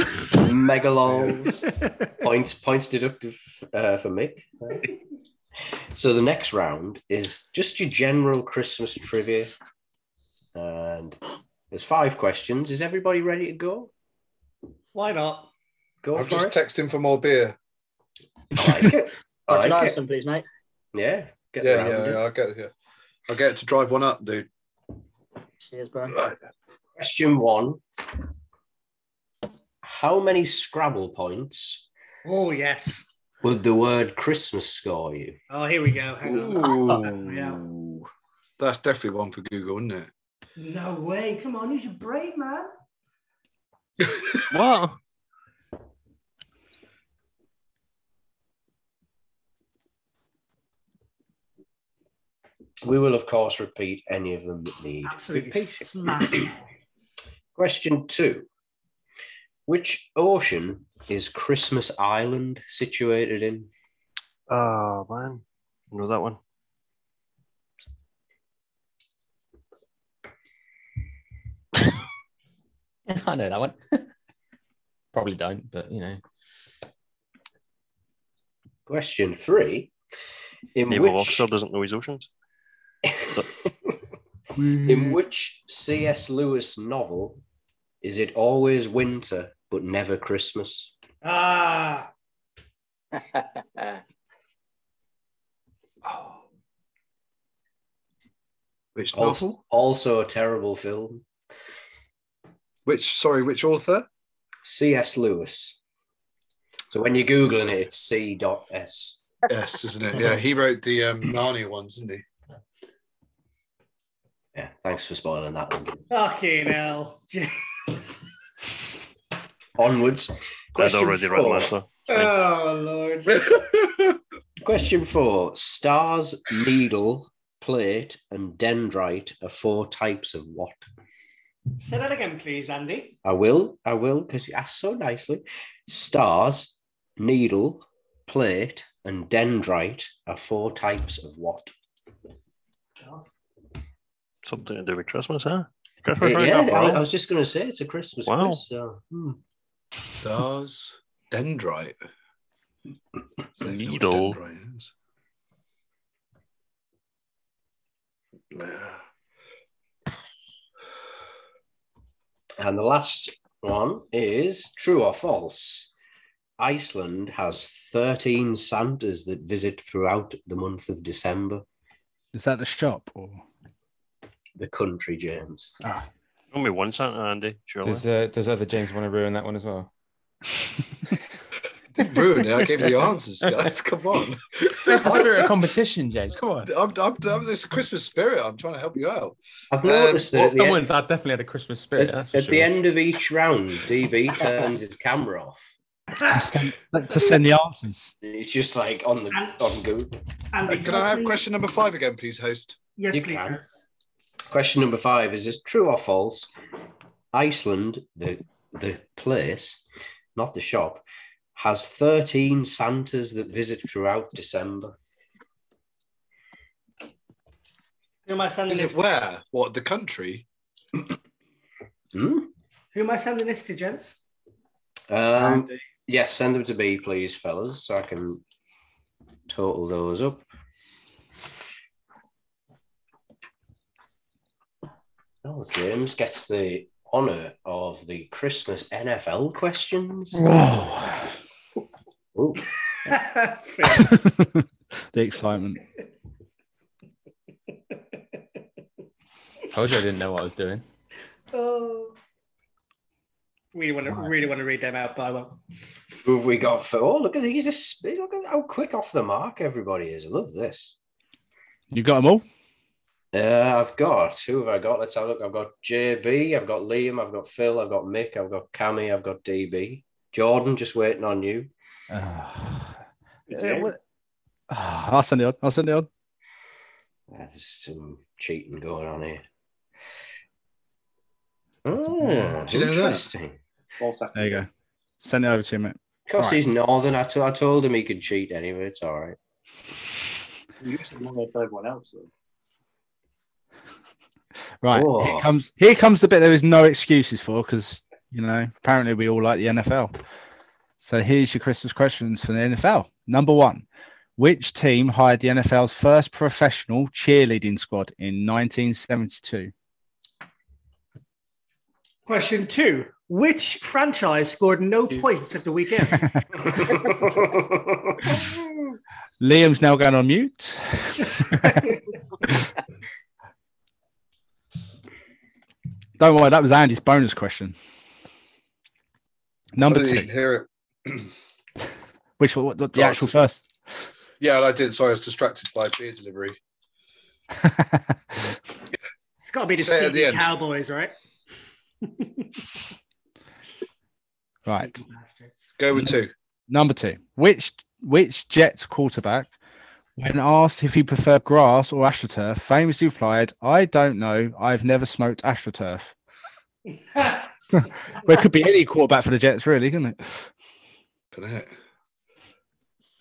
A: Mega lols. points points deductive uh, for me. so the next round is just your general Christmas trivia, and there's five questions. Is everybody ready to go?
C: Why not?
A: Go
K: I'm
A: for
K: just
A: it.
K: texting for more beer.
A: I like it.
I: Can
A: I
I: I
A: like
I: have
A: it.
I: some, please, mate?
A: Yeah. Get
K: yeah,
A: round
K: yeah,
A: it.
K: yeah. I get it. Yeah. I get to drive one up, dude.
I: Cheers, bro.
K: Right.
A: Question one. How many Scrabble points
C: Oh yes.
A: would the word Christmas score you?
C: Oh, here we go. Hang on.
K: Ooh. That's definitely one for Google, isn't it?
C: No way. Come on, use your brain, man.
D: What?
A: We will, of course, repeat any of them that need
C: Absolutely
A: repeating.
C: smashed.
A: Question two. Which ocean is Christmas Island situated in?
D: Oh man, I know that one.
E: I know that one. Probably don't, but you know.
A: Question three. In
D: Naval
A: which,
D: officer doesn't know his oceans.
K: Mm.
A: in which C.S. Lewis novel is it always winter but never Christmas?
C: Ah,
K: Which novel?
A: Also, also a terrible film.
K: Which sorry, which author?
A: C.S. Lewis. So when you're Googling it, it's C.S.
K: Yes, isn't it? Yeah, he wrote the um, Narnia ones, didn't he?
A: Yeah, thanks for spoiling that one. Jim.
C: fucking hell. James.
A: Onwards.
D: I'd
A: Question
D: already written
A: four.
D: that. so-
C: Oh lord.
A: Question four Stars, needle, plate, and dendrite are four types of what?
C: Say that again, please, Andy.
A: I will, I will, because you asked so nicely. Stars, needle, plate, and dendrite are four types of what?
D: Something to do with Christmas, huh?
A: Eh,
D: Christmas, right?
A: yeah,
D: After
A: I,
D: all.
A: I was just going to say it's a Christmas
D: Wow.
A: quiz. So. hmm.
K: Stars, dendrite. They know what
D: Needle.
K: dendrite is. Yeah.
A: And the last one is true or false? Iceland has 13 Santas that visit throughout the month of December.
B: Is that the shop or?
A: The country, James.
B: Ah.
D: Only one Santa, Andy. Surely.
E: Does uh, does other James want to ruin that one as well?
K: Didn't ruin it. I gave you the answers, guys. Come on.
E: That's the spirit of competition, James. Come on.
K: I'm, I'm, I'm this Christmas spirit. I'm trying to help you out.
A: I've
K: Um,
A: noticed that at the
E: That
A: end-
E: one's I definitely had a Christmas spirit.
A: At,
E: that's for
A: at
E: sure.
A: the end of each round, DB turns his camera off.
B: Like, to send the answers.
A: It's just like on the on Google.
C: Andy,
K: Uh, Can I have
C: please-
K: question number five again, please, host?
C: Yes,
A: You
C: please.
A: can.
C: sir.
A: Question number five is: Is true or false? Iceland, the the place, not the shop, has thirteen Santas that visit throughout December.
C: Who am I sending
K: Is
C: this?
K: it where? What, the country?
A: Hmm?
C: Who am I sending this to, gents?
A: Um, yes, send them to me, please, fellas, so I can total those up. Oh, James gets the honour of the Christmas NFL questions.
B: Whoa.
A: Ooh,
C: Fair.
B: the excitement.
E: Told you I didn't know what I was doing.
C: oh. Really want to really want to read them out, but I won't.
A: who have we got for? Oh, look at these! a sp- Look at how quick off the mark everybody is. I love this.
B: You got them all?
A: Uh, I've got who have I got? Let's have a look. I've got JB. I've got Liam. I've got Phil. I've got Mick. I've got Cammy. I've got DB. Jordan, just waiting on you.
B: Yeah, well- I'll send it on. I'll send it on.
A: Ah, there's some cheating going on here. Oh,
B: Hmm. Did you know that?
A: interesting.
B: There you go. Send it over to him, mate.
A: Because
B: All right.
A: he's northern, I to- I told him he could cheat anyway. It's all right.
F: You used to be more than everyone else. Though.
B: Right.
A: Oh.
B: Here comes here comes the bit there is no excuses for because you know apparently we all like the NFL. So here's your Christmas questions for the NFL. Number one, which team hired the NFL's first professional cheerleading squad in 1972?
C: Question two Which franchise scored no points at the weekend?
B: Liam's now going on mute. Don't worry, that was Andy's bonus question. Number
K: I didn't
B: two,
K: even hear it.
B: which what, the, the actual first?
K: Yeah, and I didn't. Sorry, I was distracted by beer delivery.
C: It's got to be the
K: Say it at the
C: CD
K: end.
C: Cowboys, right?
B: Right.
K: Go with two.
B: Number two, which which Jets quarterback, when asked if he preferred grass or astroturf, famously replied, "I don't know. I've never smoked astroturf." well, it could be any quarterback for the Jets, really, couldn't it?
K: Put it.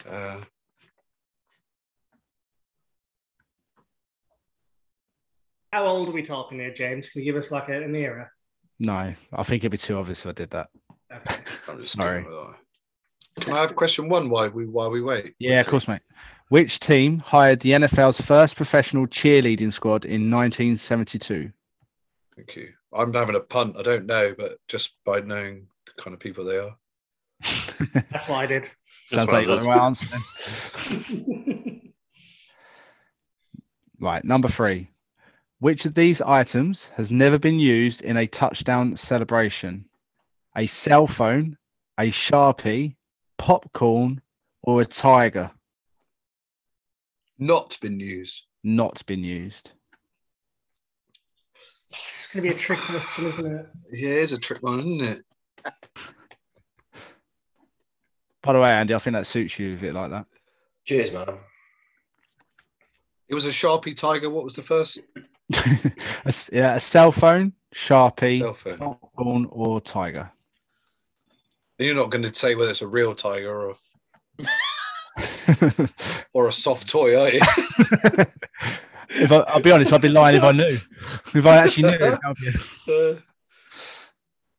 K: Uh,
C: How old are we talking here, James? Can you give us like a- an era?
B: No, I think it'd be too obvious if I did that.
K: I'm just
B: Sorry.
K: going with that. Can I have question one? Why we while we wait?
B: Yeah, of course, mate. Which team hired the NFL's first professional cheerleading squad in 1972?
K: Thank you. I'm having a punt. I don't know, but just by knowing the kind of people they are.
C: That's what I did.
B: Sounds like you got the right answer then. Right, number three. Which of these items has never been used in a touchdown celebration? A cell phone, a sharpie, popcorn, or a tiger?
K: Not been used.
B: Not been used.
C: It's going to be a trick question, isn't it?
K: Yeah, it is a trick one, isn't it?
B: By the way, Andy, I think that suits you a bit like that.
A: Cheers, man.
K: It was a Sharpie Tiger. What was the first?
B: A s- yeah, a cell phone, sharpie,
K: Cell phone.
B: popcorn, or tiger.
K: You're not going to say whether it's a real tiger or a, or a soft toy, are you?
B: If I, I'll be honest, I'd be lying if I knew. If I actually knew, it'd help you.
K: Uh,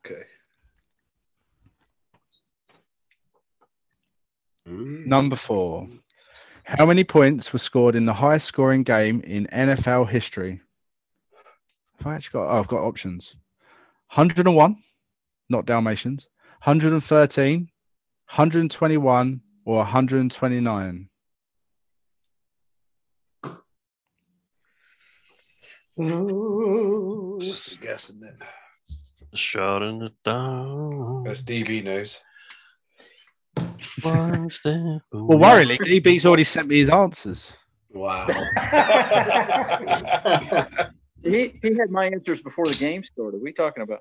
K: okay.
B: Number four. How many points were scored in the highest scoring game in NFL history? Have I actually got? Oh, I've got options 101, not Dalmatians, 113, 121, or 129.
K: It's just a guess, isn't it?
D: Shutting it down.
K: As DB knows.
B: Well, worryingly, DB's already sent me his answers.
A: Wow.
G: He, he had my answers before the game started. What are you talking about?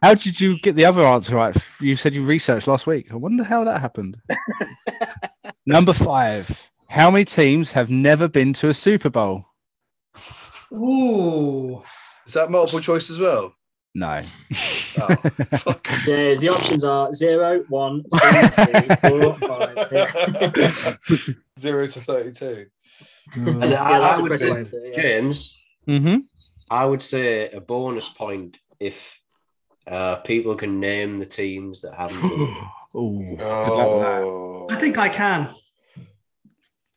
B: How did you get the other answer right? You said you researched last week. I wonder how that happened. Number five. How many teams have never been to a Super Bowl?
C: Ooh.
K: Is that multiple choice as well?
B: No.
K: Oh,
I: There's the options are zero, one, two, three, four, five. Yeah.
K: Zero to 32.
B: Mm.
A: And
I: Yeah,
A: I,
I: that's
A: I
I: a
A: would
I: quick
A: say,
I: answer, yeah.
A: James,
B: Mm-hmm.
A: I would say a bonus point if uh, people can name the teams that haven't. been.
I: Oh.
B: Ooh, good luck with that.
K: Oh.
C: I think I can.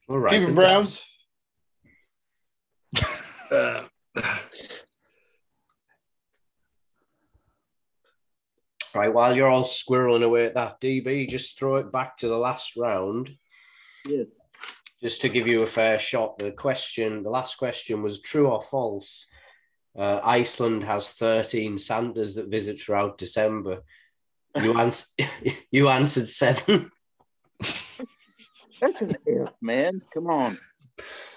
A: All right.
K: Cleveland Browns. Uh,
A: Right, while you're all squirreling away at that, DB, just throw it back to the last round.
G: Yeah.
A: Just to give you a fair shot, the question, the last question was true or false. Uh, Iceland has 13 Santas that visit throughout December. You, ans- you answered seven.
G: That's an if, man. Come on.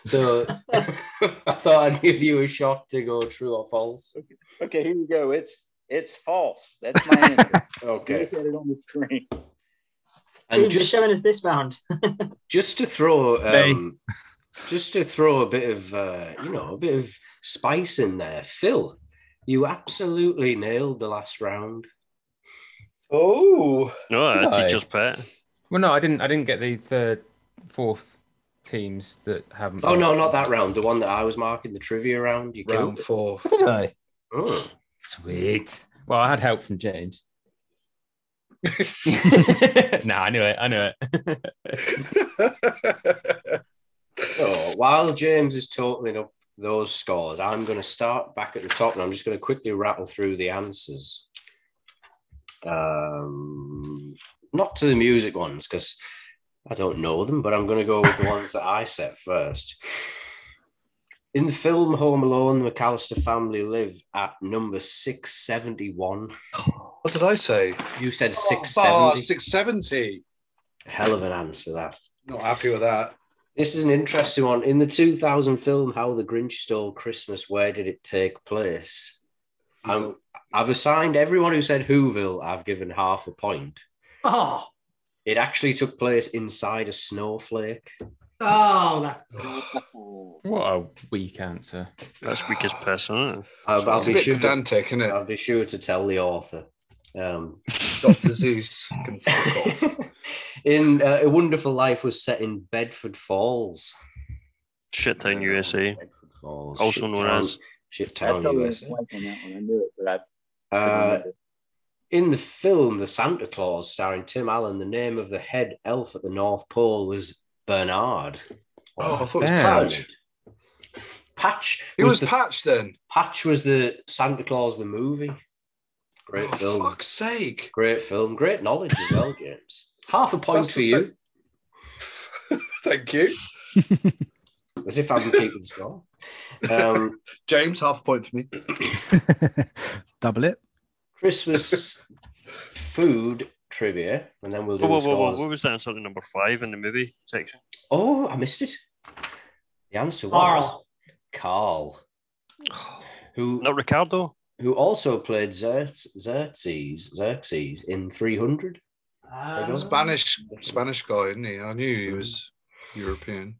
A: So I thought I'd give you a shot to go true or false.
G: Okay, here you go. It's It's false. That's my answer.
A: Okay.
G: Look at it on the screen.
A: And
I: Who's
A: just
I: showing us this round?
A: just to throw
B: Me.
A: um, just to throw a bit of uh, you know a bit of spice in there phil you absolutely nailed the last round
H: Oh,
D: No, a
E: No.
D: teacher's pet.
E: Well, no, I didn't. I didn't get the third, fourth teams that haven't.
A: oh no not that round the one that i was marking the trivia round you
H: round
A: killed it.
H: four.
E: Did I?
A: Oh.
E: Sweet. Well, I had help from James. nah, I knew it. I knew it.
A: So, while james is totaling up those scores i'm going to start back at the top and i'm just going to quickly rattle through the answers um, not to the music ones because I don't know them, but I'm going to go with the ones that I set first. In the film Home Alone, the McAllister family live at number 671.
H: What did I say?
A: You said
K: Oh,
A: 670.
K: 670.
A: Hell of an answer, that.
H: Not happy with that.
A: This is an interesting one. In the 2000 film How the Grinch Stole Christmas, where did it take place? I'm, I've assigned everyone who said Whoville, I've given half a point.
C: Oh,
A: It actually took place inside a snowflake.
C: oh, that's
H: Oh,
E: what a weak answer.
D: That's weak as piss, isn't it?
A: I'll, I'll
K: It's a
A: be
K: bit
A: sure to,
K: pedantic, isn't it?
A: I'll be sure to tell the author. Um,
H: Doctor Zeus can fuck off.
A: in uh, A Wonderful Life was set in Bedford Falls. Uh,
D: Shit town USA.
A: Bedford Falls.
D: Also
A: Ship
D: known
A: Town-
D: as-
A: Ship
G: I
A: Town,
G: felt a little
A: USA.
G: blank on that one. I knew it, but I couldn't
A: Uh,
G: remember.
A: in the film The Santa Claus, starring Tim Allen, the name of the head elf at the North Pole was Bernard.
H: Oh, I thought it was
E: Damn.
H: Patch.
A: Patch.
H: It was
A: the,
H: Patch then.
A: Patch was the Santa Claus the movie. Great
H: oh,
A: film.
H: fuck's sake.
A: Great film. Great knowledge as well, James. Half a point
H: That's
A: for
H: the
A: you.
H: sec- Thank you.
A: As if I'm keeping score. Um,
H: James, half a point for me.
B: Double it.
A: Christmas food trivia, and then we'll do
D: Whoa, whoa,
A: the
D: whoa, whoa.
A: scores.
D: What was the answer to number five in the movie section?
A: Oh, I missed it. The answer was
C: Carl.
A: Carl, who
D: Not Ricardo?
A: who also played Xerx- Xerxes Xerxes in 300.
C: uh,
H: Spanish Spanish guy, isn't he? I knew he was European.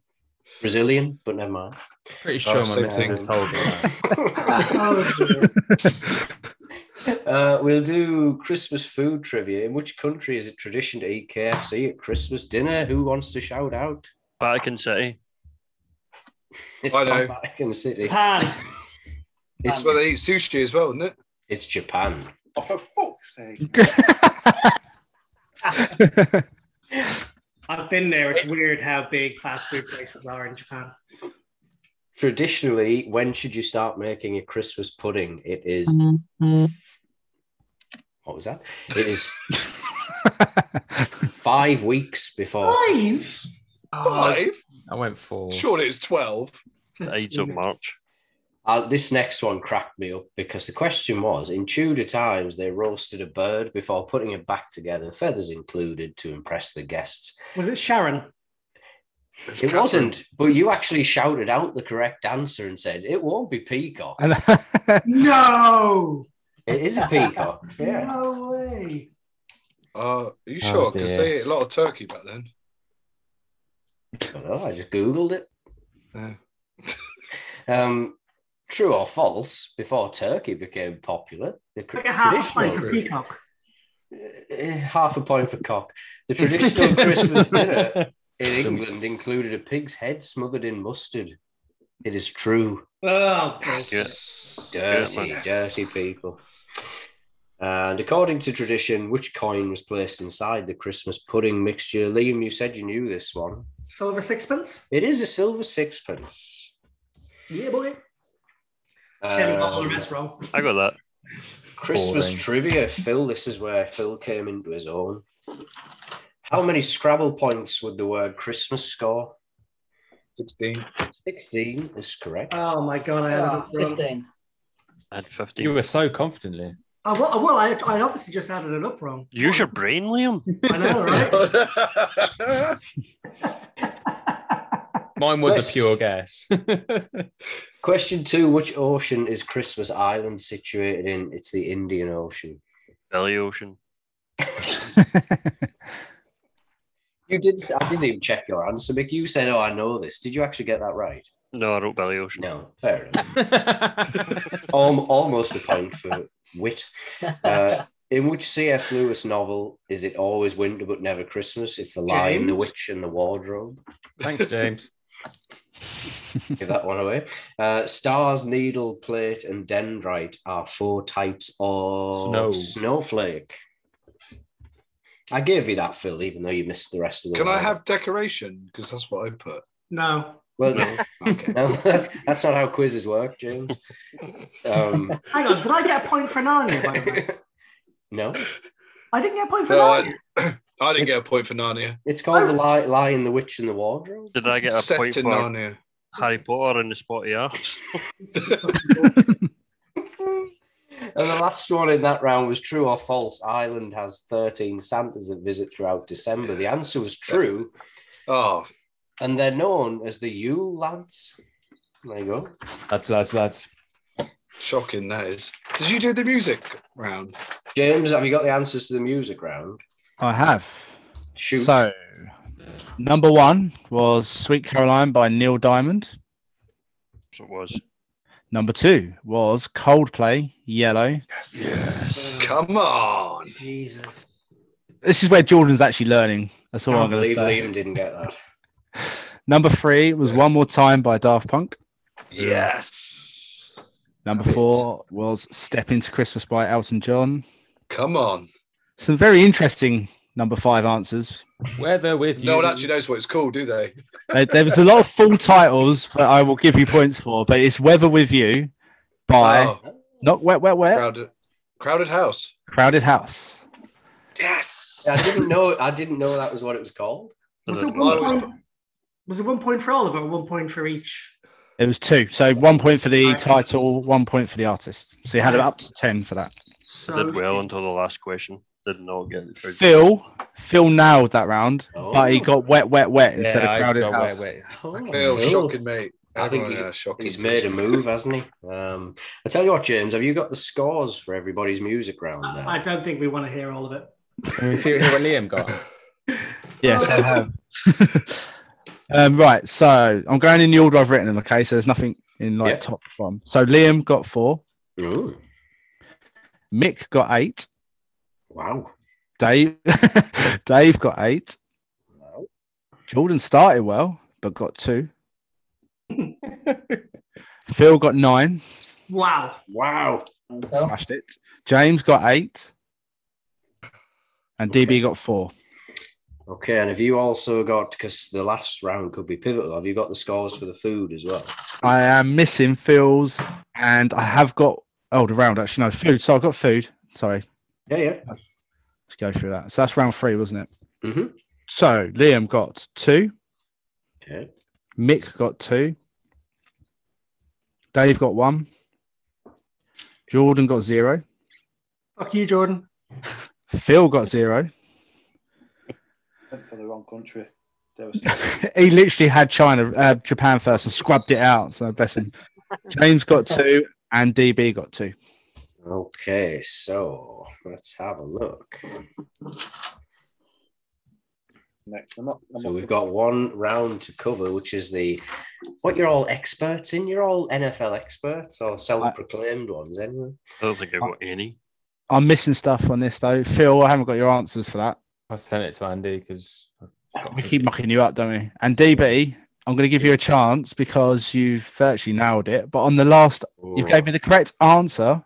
A: Brazilian, but never mind. Oh,
E: Pretty sure my
H: same
E: missus
H: thing.
E: has told me that.
A: Uh, we'll do Christmas food trivia. In which country is it tradition to eat KFC at Christmas dinner? Who wants to shout out?
D: Vatican City.
A: It's
H: I
A: not
H: know.
A: Vatican City.
C: Pan.
H: It's where they eat sushi as well, isn't it?
A: It's Japan.
F: Oh, for fuck's sake.
C: I've been there. It's weird how big fast food places are in Japan.
A: Traditionally, when should you start making a Christmas pudding? It is.
I: Mm.
A: What was that? It is five weeks before.
C: Five?
H: Five?
E: I went for.
H: Surely it's 12.
D: The Ides of March.
A: Uh, this next one cracked me up because the question was in Tudor times, they roasted a bird before putting it back together, feathers included, to impress the guests.
C: Was it Sharon?
A: It wasn't, but you actually shouted out the correct answer and said, It won't be peacock.
B: And-
C: No.
A: It is a peacock. yeah.
C: No way.
H: Uh, are you
E: Oh,
H: sure? Because
E: dear.
H: they ate a lot of turkey back then.
A: I don't know. I just Googled it.
H: Yeah.
A: Um, true or false, before turkey became popular, the cr-
C: Like a half a pint
A: traditional
C: of peacock.
A: Eh, half a point for cock. The traditional Christmas dinner in England
E: Dumps.
A: included a pig's head smothered in mustard. It is true.
C: Oh,
A: Dirty,
D: man.
A: dirty people. And according to tradition, which coin was placed inside the Christmas pudding mixture? Liam, you said you knew this one.
C: silver sixpence.
A: It is a silver sixpence.
C: Yeah, boy. Shame we got all the
A: Um,
C: rest wrong.
D: I got that.
A: Christmas
E: Boring.
A: trivia, Phil. This is where Phil came into his own. How many Scrabble points would the word Christmas score?
H: 16.
A: 16 is correct.
C: Oh my god, I had it
I: Ah,
A: Uh,
C: up wrong.
I: 15.
D: I had 15.
E: You were so confidently.
C: Oh, well, well I, I obviously just added it up wrong.
D: Use your brain, Liam.
C: I know, right?
E: Mine was
A: Yes.
E: a pure guess.
A: Question two Which ocean is Christmas Island situated in? It's the Indian Ocean.
D: Belly Ocean.
A: You did. s- I didn't even check your answer, Mick. You said, "Oh, I know this." Did you actually get that right?
D: No, I wrote Belly Ocean.
A: No, fair enough. Al- almost a point for wit. Uh, in which C.S. Lewis novel is it always winter but never Christmas? It's the Lion, the
E: James?
A: Witch, and the Wardrobe.
E: Thanks, James.
A: Give that one away. Uh, stars, needle plate, and dendrite are four types of
E: Snow.
A: snowflake. I gave you that, Phil, even though you missed the rest of the.
K: Can I
A: word.
K: have decoration? Because that's what I put.
C: No.
A: Well, no. No, that's, that's not how quizzes work, James. Um,
C: Hang on, did I get a point for Narnia? By the way?
A: no,
C: I didn't get a point for
K: No,
C: Narnia.
K: I, I didn't get a point for Narnia.
A: it's called the Li- Lion, the Witch, and the Wardrobe.
D: Did I get a
K: Set
D: point
K: in
D: for
K: Narnia.
D: Harry Potter in the spotty arse?
A: And the last one in that round was true or false. Ireland has thirteen Santas that visit throughout December. The answer was true,
K: Oh,
A: and they're known as the Yule lads. There you go.
E: That's lads, lads.
K: shocking that is. Did you do the music round?
A: James, have you got the answers to the music round?
B: I have.
A: Shoot.
B: So, number one was Sweet Caroline by Neil Diamond.
D: Yes, it was.
B: Number two was Coldplay, Yellow.
K: Yes. Come on.
C: Jesus.
B: This is where Jordan's actually learning. That's
A: I
B: all I'm
A: can't
B: going to
A: believe
B: say.
A: Liam didn't get that.
B: Number three was One More Time by Daft Punk.
K: Yes.
B: Number
K: Damn it.
B: four was Step Into Christmas by Elton John.
K: Come on.
B: Some very interesting number five answers.
E: Weather with you.
K: No one actually knows what it's called, do they?
B: There, there was a lot of full titles that I will give you points for, but it's Weather With You by
K: Oh,
B: Not Wet, Wet, Wet,
K: crowded, crowded house.
B: Crowded House.
K: Yes.
A: I didn't know. I didn't know that was what it was called.
C: Was
D: I
C: it,
D: don't
K: I
C: one
K: always-
C: point, was it one point for all of it or one point for each?
B: It was two. So one point for the title, one point for the artist. So you had it up to 10 for that.
D: I
C: So
D: did well until the last question. Did not get it. right.
B: Phil, Phil nailed that round, but he
A: Oh.
B: got wet, wet, wet instead
E: Yeah,
B: of
E: I
B: crowded
E: got
B: house.
E: wait, wait.
A: Oh,
K: Phil,
A: Phil.
K: shocking, mate.
A: I think he's-
K: uh, shocking.
A: He's made a move, hasn't he? Um, I tell you what, James, have you got the scores for everybody's music round there?
C: I don't think we want to hear all of it.
E: Can we see what Liam got?
B: Yes, I have. um, right, so I'm going in the order I've written them, okay? So there's nothing in like
A: Yeah.
B: top from. So Liam got four,
A: Ooh,
B: Mick got eight,
A: wow.
B: Dave Dave got eight.
A: Wow.
B: Jordan started well, but got two. Phil got nine,
C: Wow.
A: Wow.
B: smashed it. James got eight. And DB got four.
A: Okay, and have you also got, because the last round could be pivotal, have you got the scores for the food as well?
B: I am missing Phil's, and I have got oh the round actually no food. So I've got food. Sorry,
A: Yeah, yeah.
B: let's go through that. So that's round three, wasn't it?
A: Mhm.
B: So Liam got two,
A: Okay.
B: Mick got two, Dave got one, Jordan got zero,
C: Fuck you, Jordan.
B: Phil got zero.
F: Went for the wrong country. There was
B: he literally had China, uh, Japan first, and scrubbed it out. So bless him. James got two, and DB got two.
A: Okay, so let's have a look.
F: next. I'm not, I'm
A: So
F: not-
A: we've got one round to cover, which is the what you're all experts in. You're all NFL experts or self-proclaimed ones, anyway.
D: I don't think I got any.
B: I'm missing stuff on this though, Phil. I haven't got your answers for that.
E: I sent it to Andy because
B: We keep mucking you up, don't we? And DB, I'm going to give you a chance because you've virtually nailed it. But on the last, you gave me the correct answer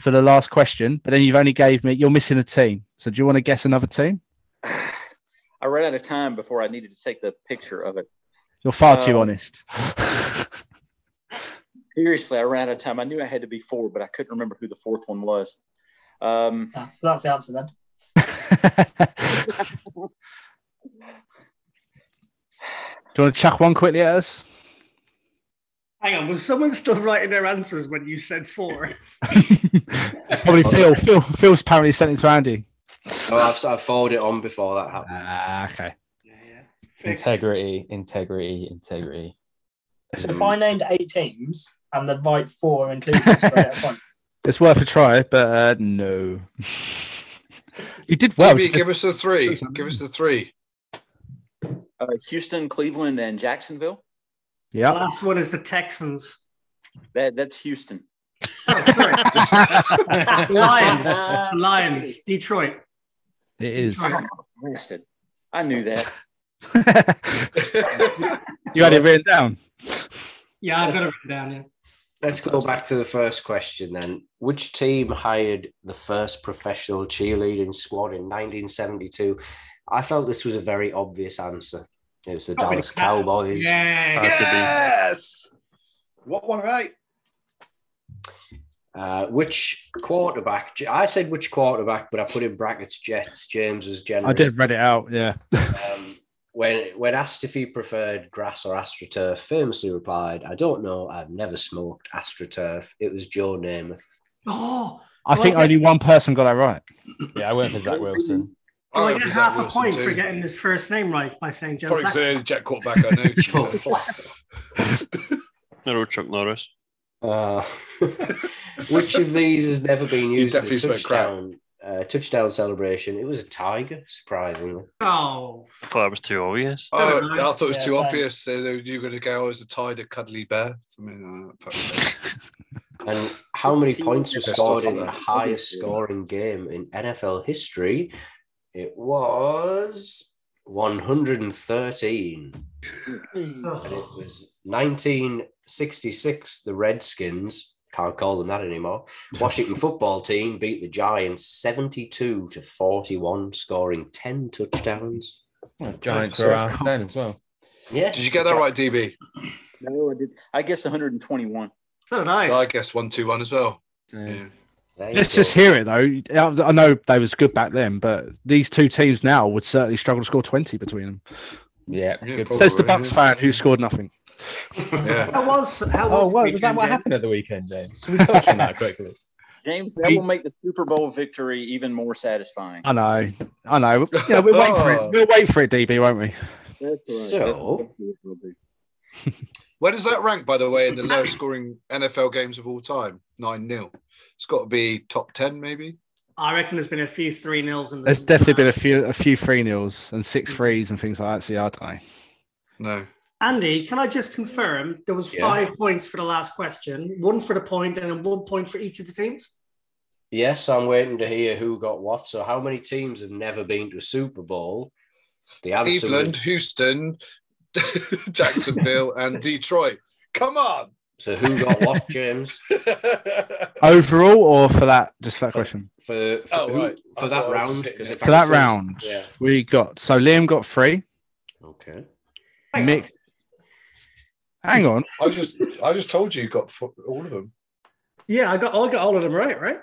B: for the last question, but then you've only gave me. You're missing a team. So do you want to guess another team?
G: I ran out of time before I needed to take the picture of it.
B: You're far too
G: Um,
B: honest.
G: Seriously, I ran out of time. I knew I had to be four, but I couldn't remember who the fourth one was. Um,
I: Ah, so that's the answer then.
B: do you want to chuck one quickly at us?
C: Hang on, was someone still writing their answers when you said four?
B: Probably Phil. Phil. Phil's apparently sent it to Andy.
A: Oh, I've, I've folded it on before that happened.
B: Ah, okay.
C: Yeah, yeah.
E: Integrity, integrity, integrity.
I: So if I named eight teams and the right four included, straight at one,
B: It's worth a try, but uh, no. you did well.
H: TB,
B: It's
H: give
B: just-
H: us the three. Give us the three.
G: Uh, Houston, Cleveland, and Jacksonville.
B: yeah.
C: The last one is the Texans. Oh,
G: That that's Houston.
C: Lions. The Lions. Detroit.
B: It is.
G: Bastard. I knew that.
B: You had it written down.
C: Yeah, I've got it written down. Yeah.
A: Let's go back to the first question then. Which team hired the first professional cheerleading squad in 1972? I felt this was a very obvious answer. It was the
F: Oh,
A: Dallas
F: it's Cal-
A: Cowboys.
C: Yeah.
D: Had to be.
F: Yes. What one right?
A: Uh, which quarterback? I said which quarterback, but I put in brackets Jets. James was generous.
B: I did read it out. Yeah.
A: Um, when when asked if he preferred grass or astroturf, famously replied, "I don't know. I've never smoked astroturf. It was Joe Namath."
C: Oh,
B: I
C: do
B: think
C: I get,
B: only one person got that right.
E: Yeah, I went for Zach Wilson.
C: do I
H: Oh,
C: get
H: is that
C: half a
H: Wilson
C: point
H: too?
C: for getting his first name right by saying Joe
H: Probably
C: Flacco?
H: say Jack quarterback. I know.
A: Joe Flacco.
D: No, Chuck Norris.
A: Uh, which of these has never been used in a
H: definitely spoke crap.
A: touchdown, uh, touchdown celebration? It was a tiger, surprisingly.
C: Oh,
D: I thought it was too obvious.
H: Oh,
C: Never
H: I
C: mind.
H: thought it was
I: Yeah,
H: too
I: same.
H: obvious. So you're going to go as a tied a cuddly bear. Something like that.
A: And how many points were
H: Pissed
A: scored
H: off
A: in
H: on
A: the
H: that.
A: highest scoring game in NFL history? It was 113. And it was 1966, the Redskins, can't call them that anymore, Washington football team beat the Giants 72 to 41, scoring 10 touchdowns.
E: Giants were around then as well.
A: Yeah.
H: Did you get that right, DB?
G: No, I did. I guess 121.
C: so did I.
H: I guess one, two, one as well. Yeah.
A: There you
B: Let's
A: go.
B: just hear it though. I I know they was good back then, but these two teams now would certainly struggle to score twenty between them.
E: Yeah.
H: Yeah,
E: good
H: probably.
B: Says the
H: Alright,
B: Bucks
H: yeah.
B: fan who scored nothing.
H: Yeah.
C: How was how was,
E: Oh, well,
C: the
E: was that
C: weekend,
E: what
C: Jim?
E: happened at the weekend, James? Should we touch on that quickly?
G: James, that will make the Super Bowl victory even more satisfying.
B: I know, I know. Yeah, we'll wait for it. We'll wait for it, DB, won't we?
G: That's
A: So-
G: That's- that's- that's-
H: Where does that rank, by the way, in the lowest scoring NFL games of all time? 9 0. It's got to be top 10, maybe.
C: I reckon there's been a few three nils in this.
B: There's definitely been a few, a few three nils and six threes and things like that. See, I don't know.
H: No.
C: Andy, can I just confirm there was
A: Yeah.
C: five points for the last question, one for the point, and then one point for each of the teams?
A: Yes, I'm waiting to hear who got what. So, how many teams have never been to a Super Bowl? The answer
H: Cleveland,
A: was-
H: Houston, Jacksonville, and Detroit. Come on.
A: So, who got what, James?
B: Overall, or for that, just that question.
A: For for,
H: Oh,
A: who-
H: right.
A: for
H: I
A: that
H: thought I was
A: round,
H: sitting
A: because
H: there.
A: if I
B: For that
A: could-
B: round,
A: Yeah.
B: we got so Liam got three.
A: Okay.
C: Hang
B: Mick, hang on.
H: I just I just told you you got fo- all of them.
C: Yeah, I got I got all of them right, right?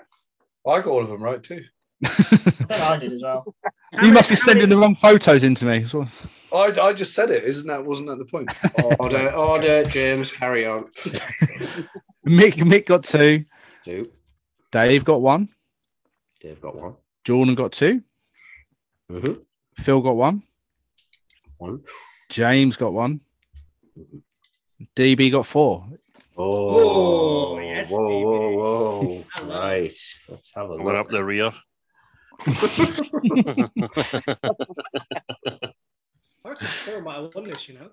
H: I got all of them right too.
I: I think I did as well.
C: How
B: you
C: many-
B: must be
C: how
B: sending
C: many-
B: the wrong photos into me. So-
H: I, I just said it, isn't that? Wasn't that the point?
A: Order, order, James, carry on.
B: Mick, Mick got two.
A: Two.
B: Dave got one.
A: Dave got one.
B: Jordan got two.
A: Mm-hmm.
B: Phil got one.
A: One.
B: James got one. DB got four.
A: Oh,
C: Oh, yes,
A: whoa,
C: DB.
A: whoa, whoa.
C: Hello.
A: Right. Let's have a
D: I went up
A: look.
D: the rear.
C: I reckon four might have won this, you know.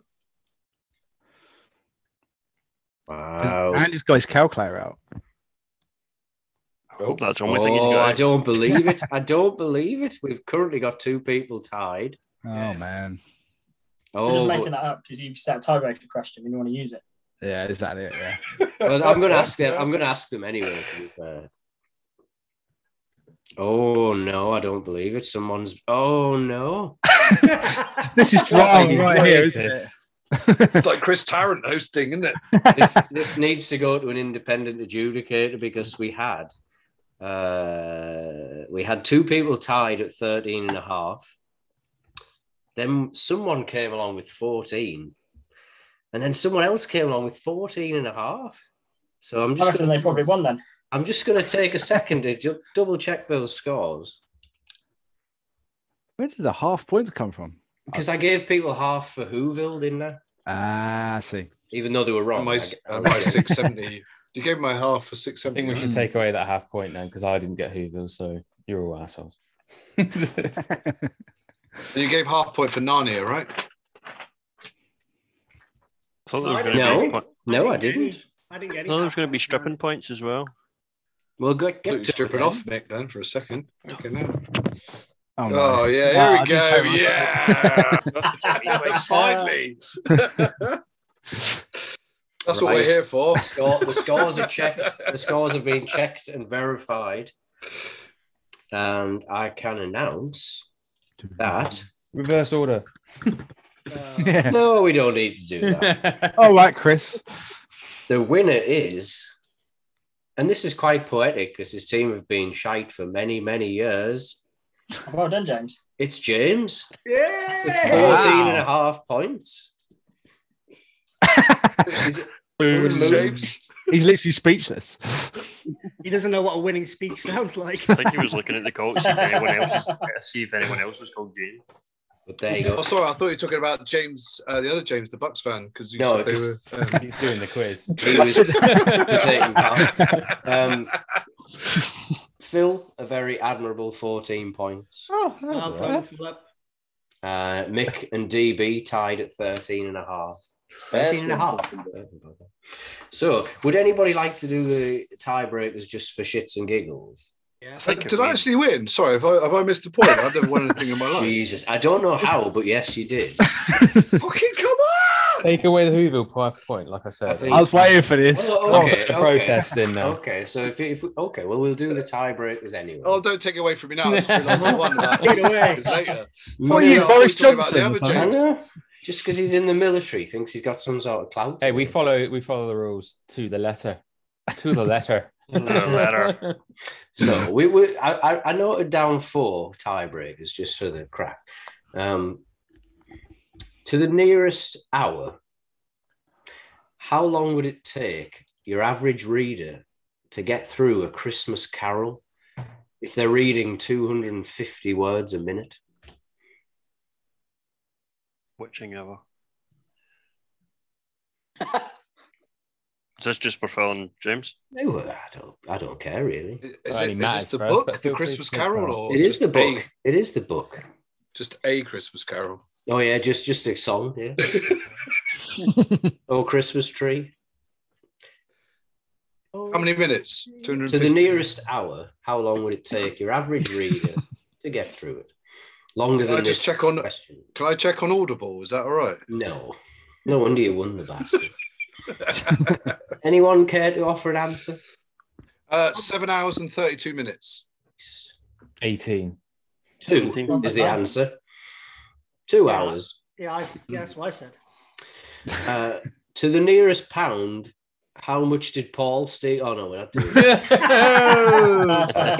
A: Wow.
B: And he's got his calculator out.
H: Oh,
D: That's the only thing he's
A: Oh, I
D: got.
A: don't believe it. I don't believe it. We've currently got two people tied.
B: Oh man.
I: I'm
A: Oh,
I: just
A: but-
I: making that up because you set a tiebreaker question and you want to use it.
B: Yeah, is that it? Yeah.
A: But I'm going to ask them. I'm going to ask them anyway. To be fair. Oh no, I don't believe it. Someone's. Oh no.
B: this is drama right
E: What
B: here,
E: is
B: isn't it?
E: this?
H: It's like Chris Tarrant hosting, isn't it?
A: This, this needs to go to an independent adjudicator because we had uh, we had two people tied at 13 and a half. Then someone came along with 14. And then someone else came along with 14 and a half. So I'm
I: I
A: just
I: reckon
A: going
I: they
A: to
I: probably won then.
A: I'm just going to take a second to ju- double check those scores.
B: Where did the half points come from?
A: Because I gave people half for Whoville, didn't I?
B: Ah, I see.
A: Even though they were wrong.
H: And my,
A: I-
H: s- and my 670. You gave my half for
E: I
H: 670.
E: think we should take away that half point then because I didn't get Hoover, so you're all assholes.
H: You gave half point for Narnia, right?
D: thought there was going to be.
A: No,
D: I
A: no, I didn't.
C: I didn't get
D: thought there
C: it.
D: was going to be stripping points as well.
A: Well, go get
H: Completely
A: to
H: strip it
A: then.
H: off, Nick, then for a second. Fucking hell.
B: Oh, no.
H: Oh, yeah,
B: Wow, I
H: here we
B: did
H: go.
B: very much.
H: Yeah. Finally. That's what
A: Right.
H: we're here for.
A: Score, the scores are checked. The scores have been checked and verified. And I can announce that.
E: Reverse order.
B: Yeah.
A: No, we don't need to do that.
B: All right, Chris.
A: The winner is, and this is quite poetic because his team have been shite for many, many years.
I: Well done, James.
A: It's James with
C: Yeah.
A: 14 and a half points.
H: James.
B: He's literally speechless.
C: He doesn't know what a winning speech sounds like.
D: I think he was looking at the coach see if anyone else is, see if anyone else was called Jane.
A: But there you
H: Oh,
A: go.
H: sorry. I thought you were talking about James, uh, the other James, the Bucks fan, because you
A: No,
H: said they were.
A: it's-
H: Um,
E: He's doing the quiz.
A: He was taking part. Um, Phil, a very admirable 14 points.
B: oh, that's
C: Well
B: all
C: done,
B: right.
C: Philip.
A: Uh, Mick and DB tied at 13 and a half.
G: That's
A: 13 and a half. So, would anybody like to do the tiebreakers just for shits and giggles?
C: Yeah.
D: think
H: did
D: it
H: I
D: was-
H: actually win? Sorry, have I, have I missed the point? I've never won anything in my life.
A: Jesus, I don't know how, but yes, you did.
H: Fucking come on!
E: Take away the Whoville half point, like I said.
A: I think-
B: I was waiting for this.
A: Oh, okay, okay.
E: protesting now.
A: Okay, so if, if okay, well, we'll do the tiebreakers anyway.
H: Oh, don't take it away from me now. I just realised I won about
C: Take it away.
H: seconds later.
B: What are you,
H: Fucking hell, I
B: Boris
H: thought you
B: Johnson
H: were talking about
B: or
H: the
A: I
H: other James.
A: know. Just because he's in the military thinks he's got some sort of clout.
E: Hey, we follow we follow the rules to the letter. To the letter.
D: letter.
A: So we, we I, I- I noted down four tiebreakers just for the crack. Um, to the nearest hour, how long would it take your average reader to get through a Christmas carol if they're reading 250 words a minute?
D: Watching ever. Is this just for Phil and James?
A: No, uh, I don't, I don't care really.
H: Is,
E: Well,
H: it,
E: it
H: is
E: matters
H: this the
E: for us,
H: book,
E: but feel
H: The
E: free
H: Christmas
E: to talk
H: Carol?
E: about it.
H: Or
A: It is
H: just
A: the
H: a-
A: book. It is the book.
H: just a Christmas Carol.
A: Oh yeah, just just a song, yeah. oh Christmas tree.
H: How many minutes?
A: To
H: 250.
A: the nearest hour, how long would it take your average reader to get through it? Longer
H: Can I
A: than
H: just
A: this
H: check on-
A: question.
H: Can I check on Audible? Is that all right?
A: No. No wonder you won the bastard. Anyone care to offer an answer?
H: Uh, seven hours and 32 minutes.
A: Jesus.
E: 18.
A: Two
D: Seventeen.
A: is the answer. Two hours.
C: Yeah, I, s- yeah, that's what I said.
A: Uh, to the nearest pound, how much did Paul stay? Oh, no, we're not doing that.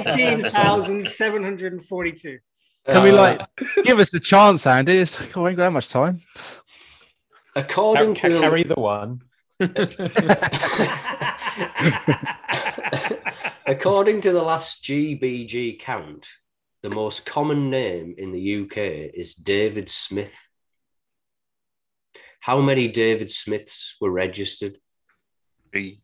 I: That's
C: 18,742.
B: Can we
A: Uh,
B: like give us the chance, Andy? It's like, oh, I ain't got that much time.
A: According to the-
E: Carry the one.
A: According to the last GBG count, the most common name in the UK is David Smith. How many David Smiths were registered?
D: Three.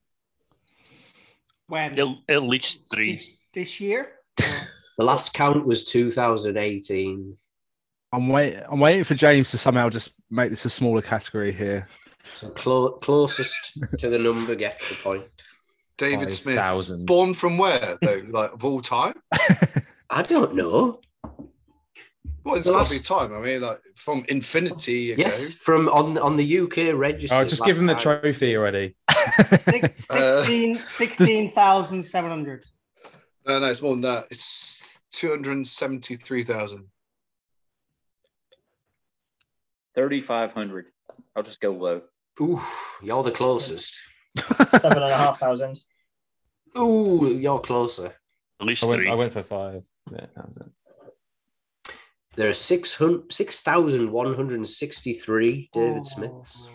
C: When?
D: At, at least three.
C: This, this year?
A: The last count was 2018.
B: I'm wait. I'm waiting for James to somehow just make this a smaller category here.
A: So clo- closest to the number gets the point.
H: David Smith.
E: 5,000.
H: Born from where, though? like, of all time?
A: I don't know.
H: Well, it's
A: The
H: got
A: last-
H: to be time. I mean, like, from infinity ago.
A: Yes, from on on the UK register.
E: Oh, just give him the
A: try.
E: trophy already.
C: Six-
H: Uh,
C: 16 16,700.
H: No, no, it's more than that. It's 273,000.
G: 3,500. I'll just go low.
A: Ooh, you're the closest.
I: seven and a half thousand.
A: Ooh, you're closer.
D: At least
E: I went,
D: three.
E: I went for five. Yeah, that was it.
A: There are 600 6,163 David Smiths.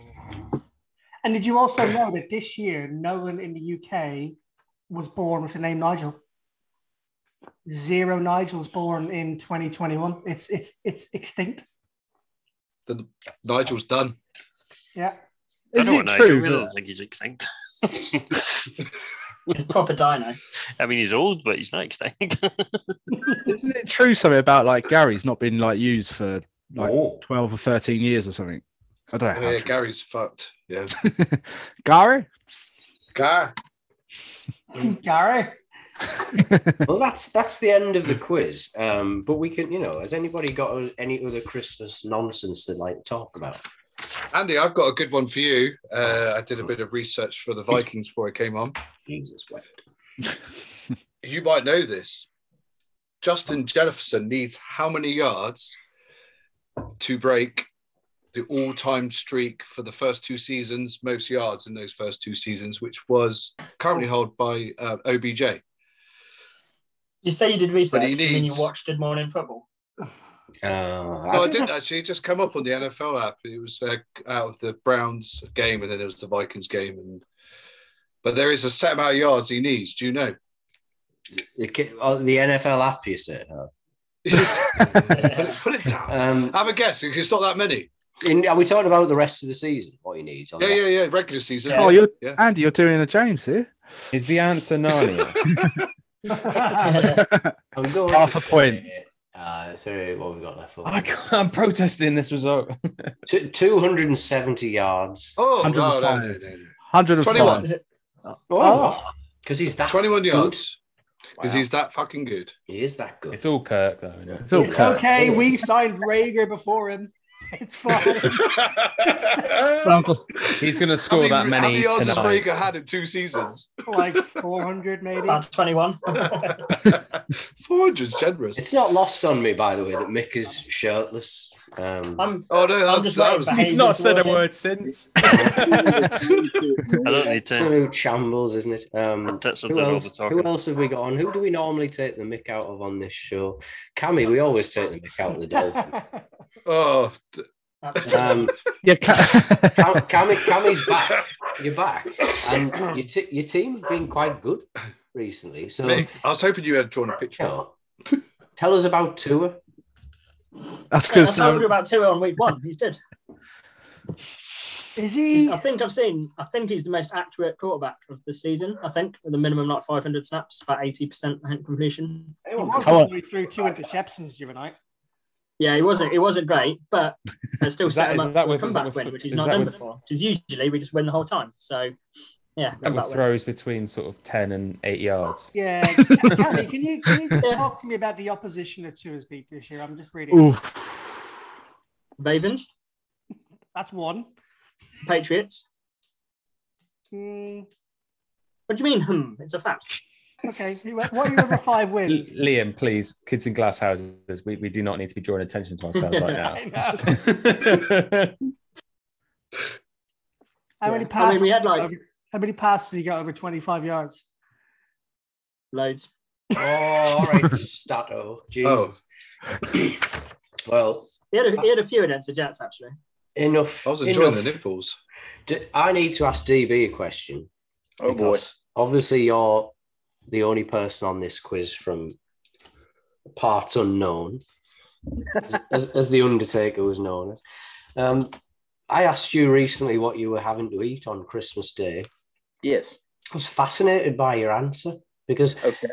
C: And did you also know that this year, no one in the UK was born with the name Nigel? Zero Nigels born in 2021. It's it's it's extinct.
H: Then Nigel's done.
C: Yeah.
D: I
B: Is
D: don't
B: it
D: know. Nigel.
B: true?
D: I don't
B: that-
D: think he's extinct.
I: It's proper dino.
D: I mean, he's old, but he's not extinct.
B: Isn't it true something about like Gary's not been like used for like
A: Oh.
B: twelve or thirteen years or something? I don't know.
H: Oh,
B: how
H: yeah, Gary's fucked. Yeah.
B: true- Gary.
H: Gar.
C: Gary.
A: well, that's that's the end of the quiz. Um, but we can, you know, has anybody got any other Christmas nonsense they'd like to talk about?
H: Andy, I've got a good one for you. Uh, I did a bit of research for the Vikings before I came on.
A: Jesus, what?
H: You might know this. Justin Jefferson needs how many yards to break the all-time streak for the first two seasons, most yards in those first two seasons, which was currently held by uh, OBJ.
I: You say you did research,
H: But he
I: and then you
H: needs-
I: watched Good Morning Football.
A: Uh, I
H: No, I
A: don't
H: didn't
A: know.
H: actually. It just come up on the NFL app. It was uh, out of the Browns game, and then it was the Vikings game. And but there is a set amount of yards he needs. Do you know?
A: It ca- oh, the NFL app, you said. huh?
H: Put it down.
A: Um,
H: Have a guess. It's not that many.
A: in, are we talking about the rest of the season? What he needs?
H: Yeah, yeah, yeah. Regular season.
B: Oh, you're
H: Yeah.
B: Andy. You're doing a James here.
E: Is the answer Narnia?
A: I'm going
B: Half
A: to
B: a point.
A: say, Oh, Uh, sorry, what have we got left for?
E: I can't, I'm protesting this result.
A: Two- 270 yards.
H: Oh, no, no,
B: 105.
H: no, no, no.
B: Hundred and
H: 21.
B: five.
I: Is it,
A: Oh, because he's that
H: 21 yards. Because
A: Wow.
H: he's that fucking good.
A: He is that good.
E: It's all Kirk, though. Isn't it?
B: It's all
A: It's
B: cut.
C: Okay, we signed Rager before him. It's fine.
B: Uncle-
E: He's going to score
H: how
E: that
H: many, how
E: many
H: yards has
E: tonight.
H: Rager had in two seasons?
C: like 400 maybe.
I: about 21.
H: 400 is generous.
A: It's not lost on me, by the way, that Mick is shirtless. Um,
I: I'm,
H: oh, no,
I: I'm
H: that's,
I: just
H: that
I: waiting
H: was.
I: for
E: He's
I: Hayden
E: not
I: to
E: said a
I: work in.
E: word since.
D: I don't need to.
A: absolute shambles, isn't it? Um,
D: That's
A: who,
D: something all
A: else,
D: the
A: who
D: talking.
A: else have we got on? Who do we normally take the mick out of on this show? Cammy, we always take the mick out of the Dolphins.
H: Oh, d-
I: That's-
A: Um,
B: Yeah, ca-
A: Cam, Cammy, Cammy's back. You're back. And your, t- your team have been quite good recently. So, you
H: Mick, I was hoping you had drawn a picture.
A: know, tell us about Tua.
B: that's
I: I
B: good.
I: told you
B: So,
I: about two on week one. He's good.
C: Is
I: He's-
C: he?
I: I think I've seen. I think he's the most accurate quarterback of the season. I think with a minimum like 500 snaps, about 80 percent completion.
C: He was
B: Come on.
C: before he threw two interceptions the other night.
I: Yeah, he wasn't. It wasn't great, but I still
E: Is
I: set
E: that-
I: him
E: is
I: up
E: that
I: for a
E: with- is that
I: comeback
E: with-
I: win, which he's
E: is
I: not
E: that
I: done
E: with-
I: before. Because usually we just win the whole time. So yeah, it's a
E: That
I: comeback
E: with
I: win.
E: throws between sort of 10 and 8 yards.
C: Yeah. Cammy, can you, can you just
I: Yeah.
C: talk to me about the opposition that Tua's beat this year? I'm just reading.
B: oof.
I: Ravens,
C: That's one.
I: Patriots.
C: Mm,
I: What do you mean? Hmm, it's a fact.
C: okay. who- What are your other five
E: L-
C: wins?
E: Liam, please, kids in glass houses, we, we do not need to be drawing attention to ourselves
C: I
E: right
C: know.
E: now.
C: How many
I: Yeah. I mean,
C: passes?
I: we had, like-
C: over- how many passes he got over 25 yards?
I: Loads.
A: Oh, all right, Stato. Jesus.
K: Oh.
A: well,
I: He had, a, he had a few against the Jets actually.
A: enough.
H: I was enjoying
A: enough.
H: the nipples.
A: D- I need to ask DB a question.
G: Oh boy.
A: because Obviously, you're the only person on this quiz from parts unknown, as, as, as the Undertaker was known as. Um, I asked you recently what you were having to eat on Christmas Day.
G: Yes.
A: I was fascinated by your answer because
G: Okay.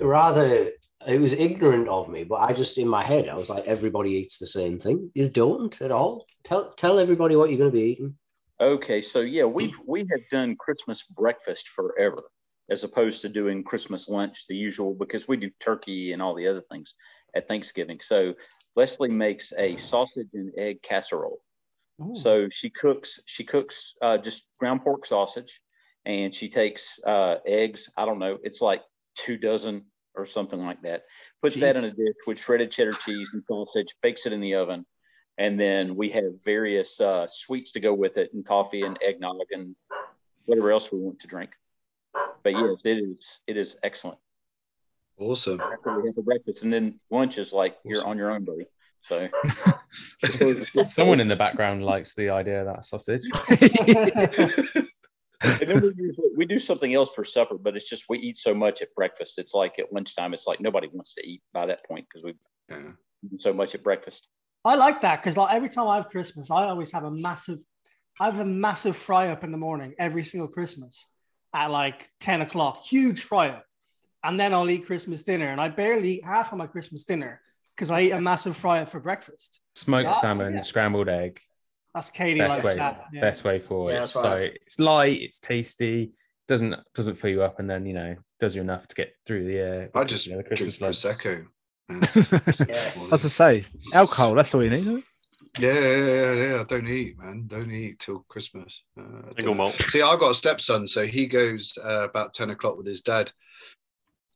A: rather it was ignorant of me, but I just in my head I was like, everybody eats the same thing. You don't at all. Tell tell everybody what you're going to be eating.
G: Okay. So yeah, we we have done Christmas breakfast forever, as opposed to doing Christmas lunch, the usual, because we do turkey and all the other things at Thanksgiving. So Leslie makes a sausage and egg casserole.
C: Ooh.
G: So she cooks she cooks uh, just ground pork sausage, and she takes uh, eggs. I don't know. It's like two dozen or something like that. Puts that in a dish with shredded cheddar cheese and sausage. Bakes it in the oven, and then we have various uh, sweets to go with it, and coffee and eggnog and whatever else we want to drink. But yes, it is it is excellent.
H: Awesome.
G: After we have the breakfast, and then lunch is like you're on your own, buddy. So
E: Someone in the background likes the idea of that sausage.
G: and then we usually, we do something else for supper, but it's just we eat so much at breakfast. It's like at lunchtime, it's like nobody wants to eat by that point because we've
H: Yeah.
G: eaten so much at breakfast.
C: I like that because like every time I have Christmas, I always have a massive, I have a massive fry up in the morning every single Christmas at like ten o'clock, huge fry up, and then I'll eat Christmas dinner, and I barely eat half of my Christmas dinner because I eat a massive fry up for breakfast.
E: Smoked
C: Yeah.
E: salmon, scrambled egg.
C: That's Katie
E: best
C: likes
E: way,
C: that. yeah.
E: best way forward.
C: Yeah, that's what
E: so
C: I-
E: it's light, it's tasty, doesn't doesn't fill you up, and then you know does you enough to get through the. Uh,
H: I just
E: the
H: drink
E: lunch.
H: prosecco.
B: As I say, alcohol. That's all you need. Isn't it?
H: Yeah, yeah, yeah, yeah, yeah. Don't eat, man. Don't eat till Christmas. Uh, I
D: Single
H: dunno.
D: malt.
H: See, I've got a stepson, so he goes uh, about ten o'clock with his dad.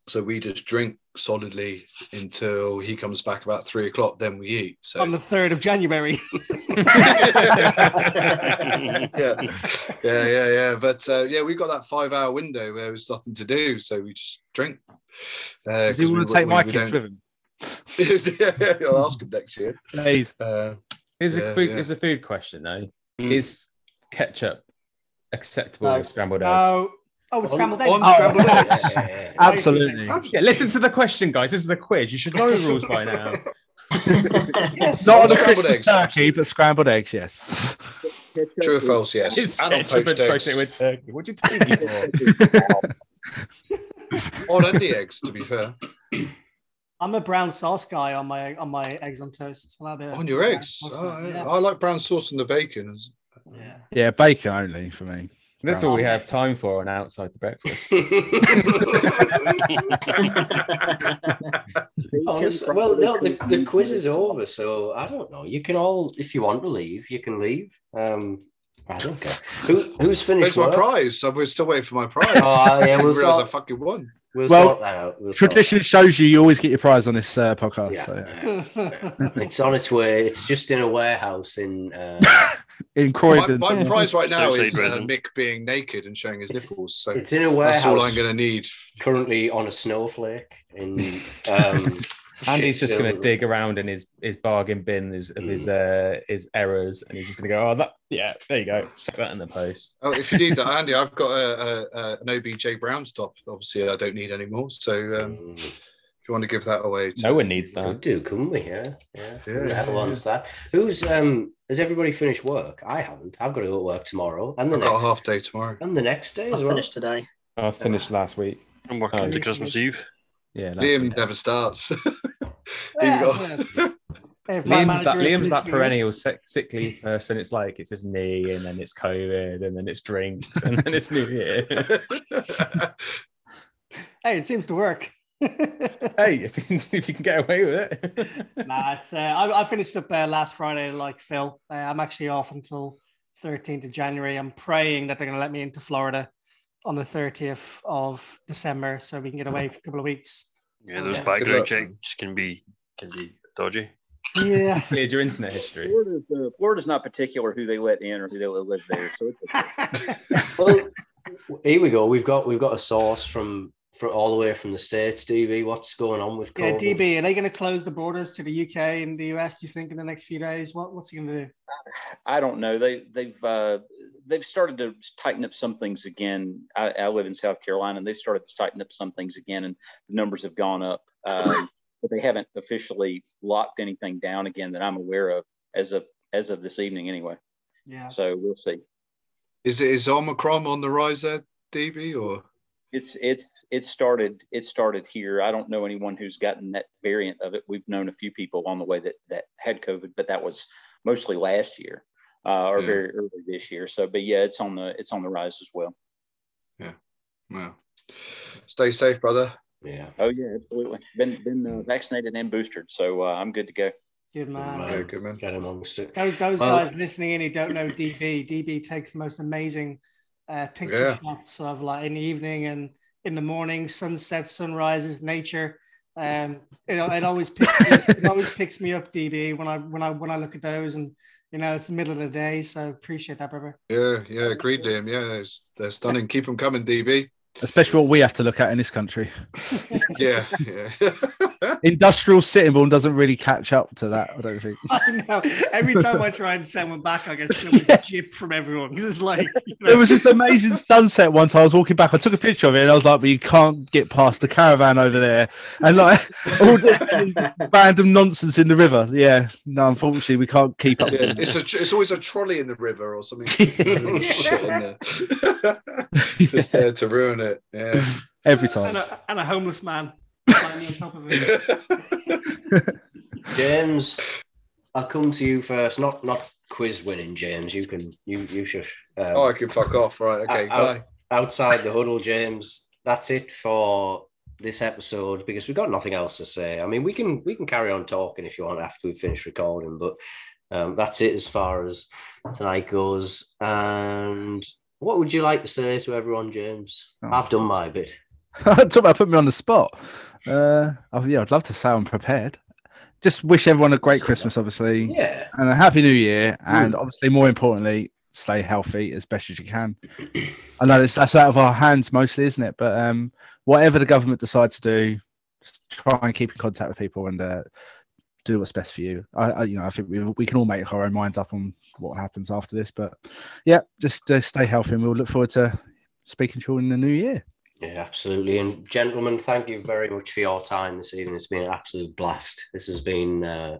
H: So we just drink solidly until he comes back about three o'clock. Then we eat. So
B: Oh,
C: On the third of January.
H: yeah, yeah, yeah, yeah. But uh, yeah, we got that five-hour window where there's nothing to do, so we just drink. Uh,
B: Does he
H: 'cause we-
B: want to take
H: we-
B: my
H: we
B: kids
H: don't-
B: with him?
H: yeah, I'll ask him next year.
B: Please.
H: Uh,
E: Here's
H: yeah,
E: a food.
H: yeah.
E: Here's a food question though. Is ketchup acceptable
I: No.
E: with scrambled egg?
C: No. Oh, with
H: On-
C: scrambled eggs.
H: on
C: Oh,
H: scrambled
C: yeah,
H: eggs.
C: yeah, yeah, yeah.
B: Absolutely.
E: Yeah, listen to the question, guys. This is a quiz. You should know the rules by now.
C: Yes.
B: Not on the
H: Scrambled
B: Christmas
H: eggs,
B: turkey,
H: absolutely.
B: but scrambled eggs. Yes.
H: True or false? Yes.
E: It's
H: And on
E: ketchup
H: poached eggs.
E: associated with turkey. What do you take me for?
H: on any eggs, to be fair.
C: I'm a brown sauce guy on my on my eggs on toast. I'll have a-
H: On your eggs.
C: Yeah.
H: Oh, yeah. I like brown sauce and the bacon.
C: yeah.
B: yeah, bacon only for me.
E: That's all we have time for on outside the breakfast.
A: Honestly, Oh, well, no, the, the quiz is over, so I don't know. You can all, if you want to leave, you can leave. Um, I don't care. Who, who's finished
H: Where's my
A: work?
H: prize? So We're still waiting for my prize.
A: Oh, yeah,
H: I
A: we'll
H: didn't realize I
A: sort-
H: fucking won.
A: We'll
B: Well,
A: sort that out. We'll sort-
B: Tradition shows you you always get your prize on this uh, podcast.
A: Yeah.
B: So, yeah.
A: it's on its way. It's just in a warehouse in. Uh,
B: In
H: My,
B: Croydon,
H: my prize right now
D: Don't say
H: is uh,
D: present.
H: Mick being naked and showing his nipples. So
A: it's in a
H: that's all I'm
A: warehouse
H: going to need.
A: currently on a snowflake in. Um,
E: Andy's just going to
A: Sheffield.
E: dig around in his his bargain bin his, of his uh, his errors, and he's just going to go, "Oh, that yeah, there you go, check that in the post."
H: Oh, if you need that, Andy, I've got a, a, a, an OBJ Brown stop. Obviously, I don't need anymore. So um,
A: Mm,
H: if you want to give that away, to,
E: No one needs
A: Could
E: that.
A: do, couldn't we? Yeah, yeah.
H: Yeah,
A: Who the hell
H: yeah,
A: wants that? Who's um? Has everybody finished work? I haven't. I've got to go to work tomorrow, and the
H: I've got a
A: next,
H: half day tomorrow.
A: and the next day
I: I
A: as well.
I: finished today.
E: I finished last week.
D: I'm working
E: Oh.
D: to Christmas Eve.
E: Yeah, last week.
H: Liam never starts.
C: Yeah,
H: got-
C: yeah. If my
E: Liam's
C: manager
E: that
C: is
E: Liam's that
C: listening-
E: perennial sick, sick leave person. It's like it's his knee, and then it's COVID, and then it's drinks, and then it's New Year.
C: Hey, it seems to work.
E: hey, if you, if you can get away with it,
C: nah, it's, uh, I, I finished up uh, last Friday, like Phil. Uh, I'm actually off until 13th of January. I'm praying that they're going to let me into Florida on the 30th of December so we can get away for a couple of weeks.
D: Yeah, those
C: Yeah.
H: Good
D: background
H: luck,
D: checks
H: man.
D: can be can be dodgy.
C: Yeah.
E: cleared your internet history.
G: Florida's, uh, Florida's not particular who they let in or who they let live there. So it's okay.
A: Well, here we go. We've got we've got a source from from all the way from the states. DB, what's going on with
C: yeah,
A: COVID?
C: DB, are they going to close the borders to the UK and the US, do you think, in the next few days? What, what's he going to do?
G: I don't know. They they've uh, they've started to tighten up some things again. I, I live in South Carolina, and they've started to tighten up some things again, and the numbers have gone up. Um, but they haven't officially locked anything down again that I'm aware of as of as of this evening, anyway.
C: Yeah.
G: So we'll see.
H: is it is Omicron on the rise there, DB, or
G: It's it's it started it started here. I don't know anyone who's gotten that variant of it. We've known a few people along the way that that had COVID, but that was mostly last year uh, or
H: Yeah.
G: very early this year. So, but yeah, it's on the it's on the rise as well.
H: well, stay safe, brother.
A: Yeah.
G: Oh yeah, absolutely. Been been uh, vaccinated and boosted, so uh, I'm good to go.
C: Good man.
H: Yeah, good man.
A: Get amongst it.
C: Those, those
A: Well-
C: guys listening in who don't know DB, DB takes the most amazing uh, picture
H: Yeah.
C: shots of like in the evening and in the morning, sunsets, sunrises, nature. Um, it, it always picks me, it always picks me up, DB, when I when I when I look at those, and you know it's the middle of the day, so appreciate that, brother.
H: Yeah, yeah, agreed, Liam. Yeah, they're, they're stunning. Keep them coming, DB.
B: especially what we have to look at in this country.
H: Yeah, yeah.
B: Industrial Sittingbourne doesn't really catch up to that, I don't think.
C: I know. Every time I try and send one back, I get so much jip from everyone because it's like you know,
B: There was this amazing sunset once. I was walking back. I took a picture of it, and I was like, "But you can't get past the caravan over there," and like all the random nonsense in the river. Yeah, no, unfortunately, we can't keep up.
K: Yeah, it's a tr- it's always a trolley in the river or something. Shit in there. Just there to ruin it. Yeah.
B: every
C: and
B: time.
C: a, and a homeless man climbing on top of it.
A: James, I'll come to you first. Not not quiz winning, James. You can you you shush. Um,
K: Oh, I can fuck off. Right. Okay.
A: out-
K: Bye.
A: outside the huddle, James. That's it for this episode because we've got nothing else to say. I mean, we can we can carry on talking if you want after we finish recording, but um, that's it as far as tonight goes. And what would you like to say to everyone, James? I've done my bit.
B: Talk about put me on the spot. Uh, oh, yeah, I'd love to say I'm prepared. Just wish everyone a great Christmas, obviously,
A: Yeah.
B: and a happy New Year, and obviously, more importantly, stay healthy as best as you can. I know that's, that's out of our hands mostly, isn't it? But um, whatever the government decides to do, just try and keep in contact with people and uh, do what's best for you. I, I you know, I think we, we can all make our own minds up on what happens after this, but yeah, just uh, stay healthy, and we'll look forward to speaking to you in the new year.
A: Yeah, absolutely. And gentlemen, thank you very much for your time this evening. It's been an absolute blast. This has been, uh,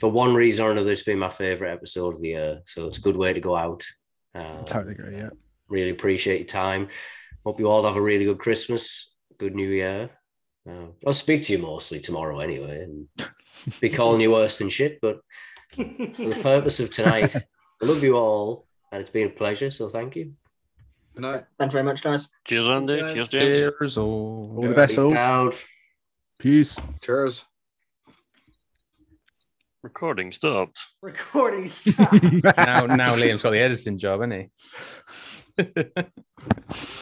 A: for one reason or another, it's been my favorite episode of the year. So it's a good way to go out. Uh,
B: Totally agree. Yeah.
A: really appreciate your time. Hope you all have a really good Christmas, good New Year. Uh, I'll speak to you mostly tomorrow anyway, and be calling you worse than shit. But for the purpose of tonight, I love you all, and it's been a pleasure. So thank you.
K: Good night.
I: Thank you very much, guys.
D: Cheers, Andy.
C: Yeah.
D: Cheers, James.
E: Cheers all.
B: All the best,
A: Peace
B: all.
A: out.
B: Peace.
K: Cheers.
D: Recording stopped.
C: Recording stuff.
E: now, now Liam's got the editing job, hasn't he?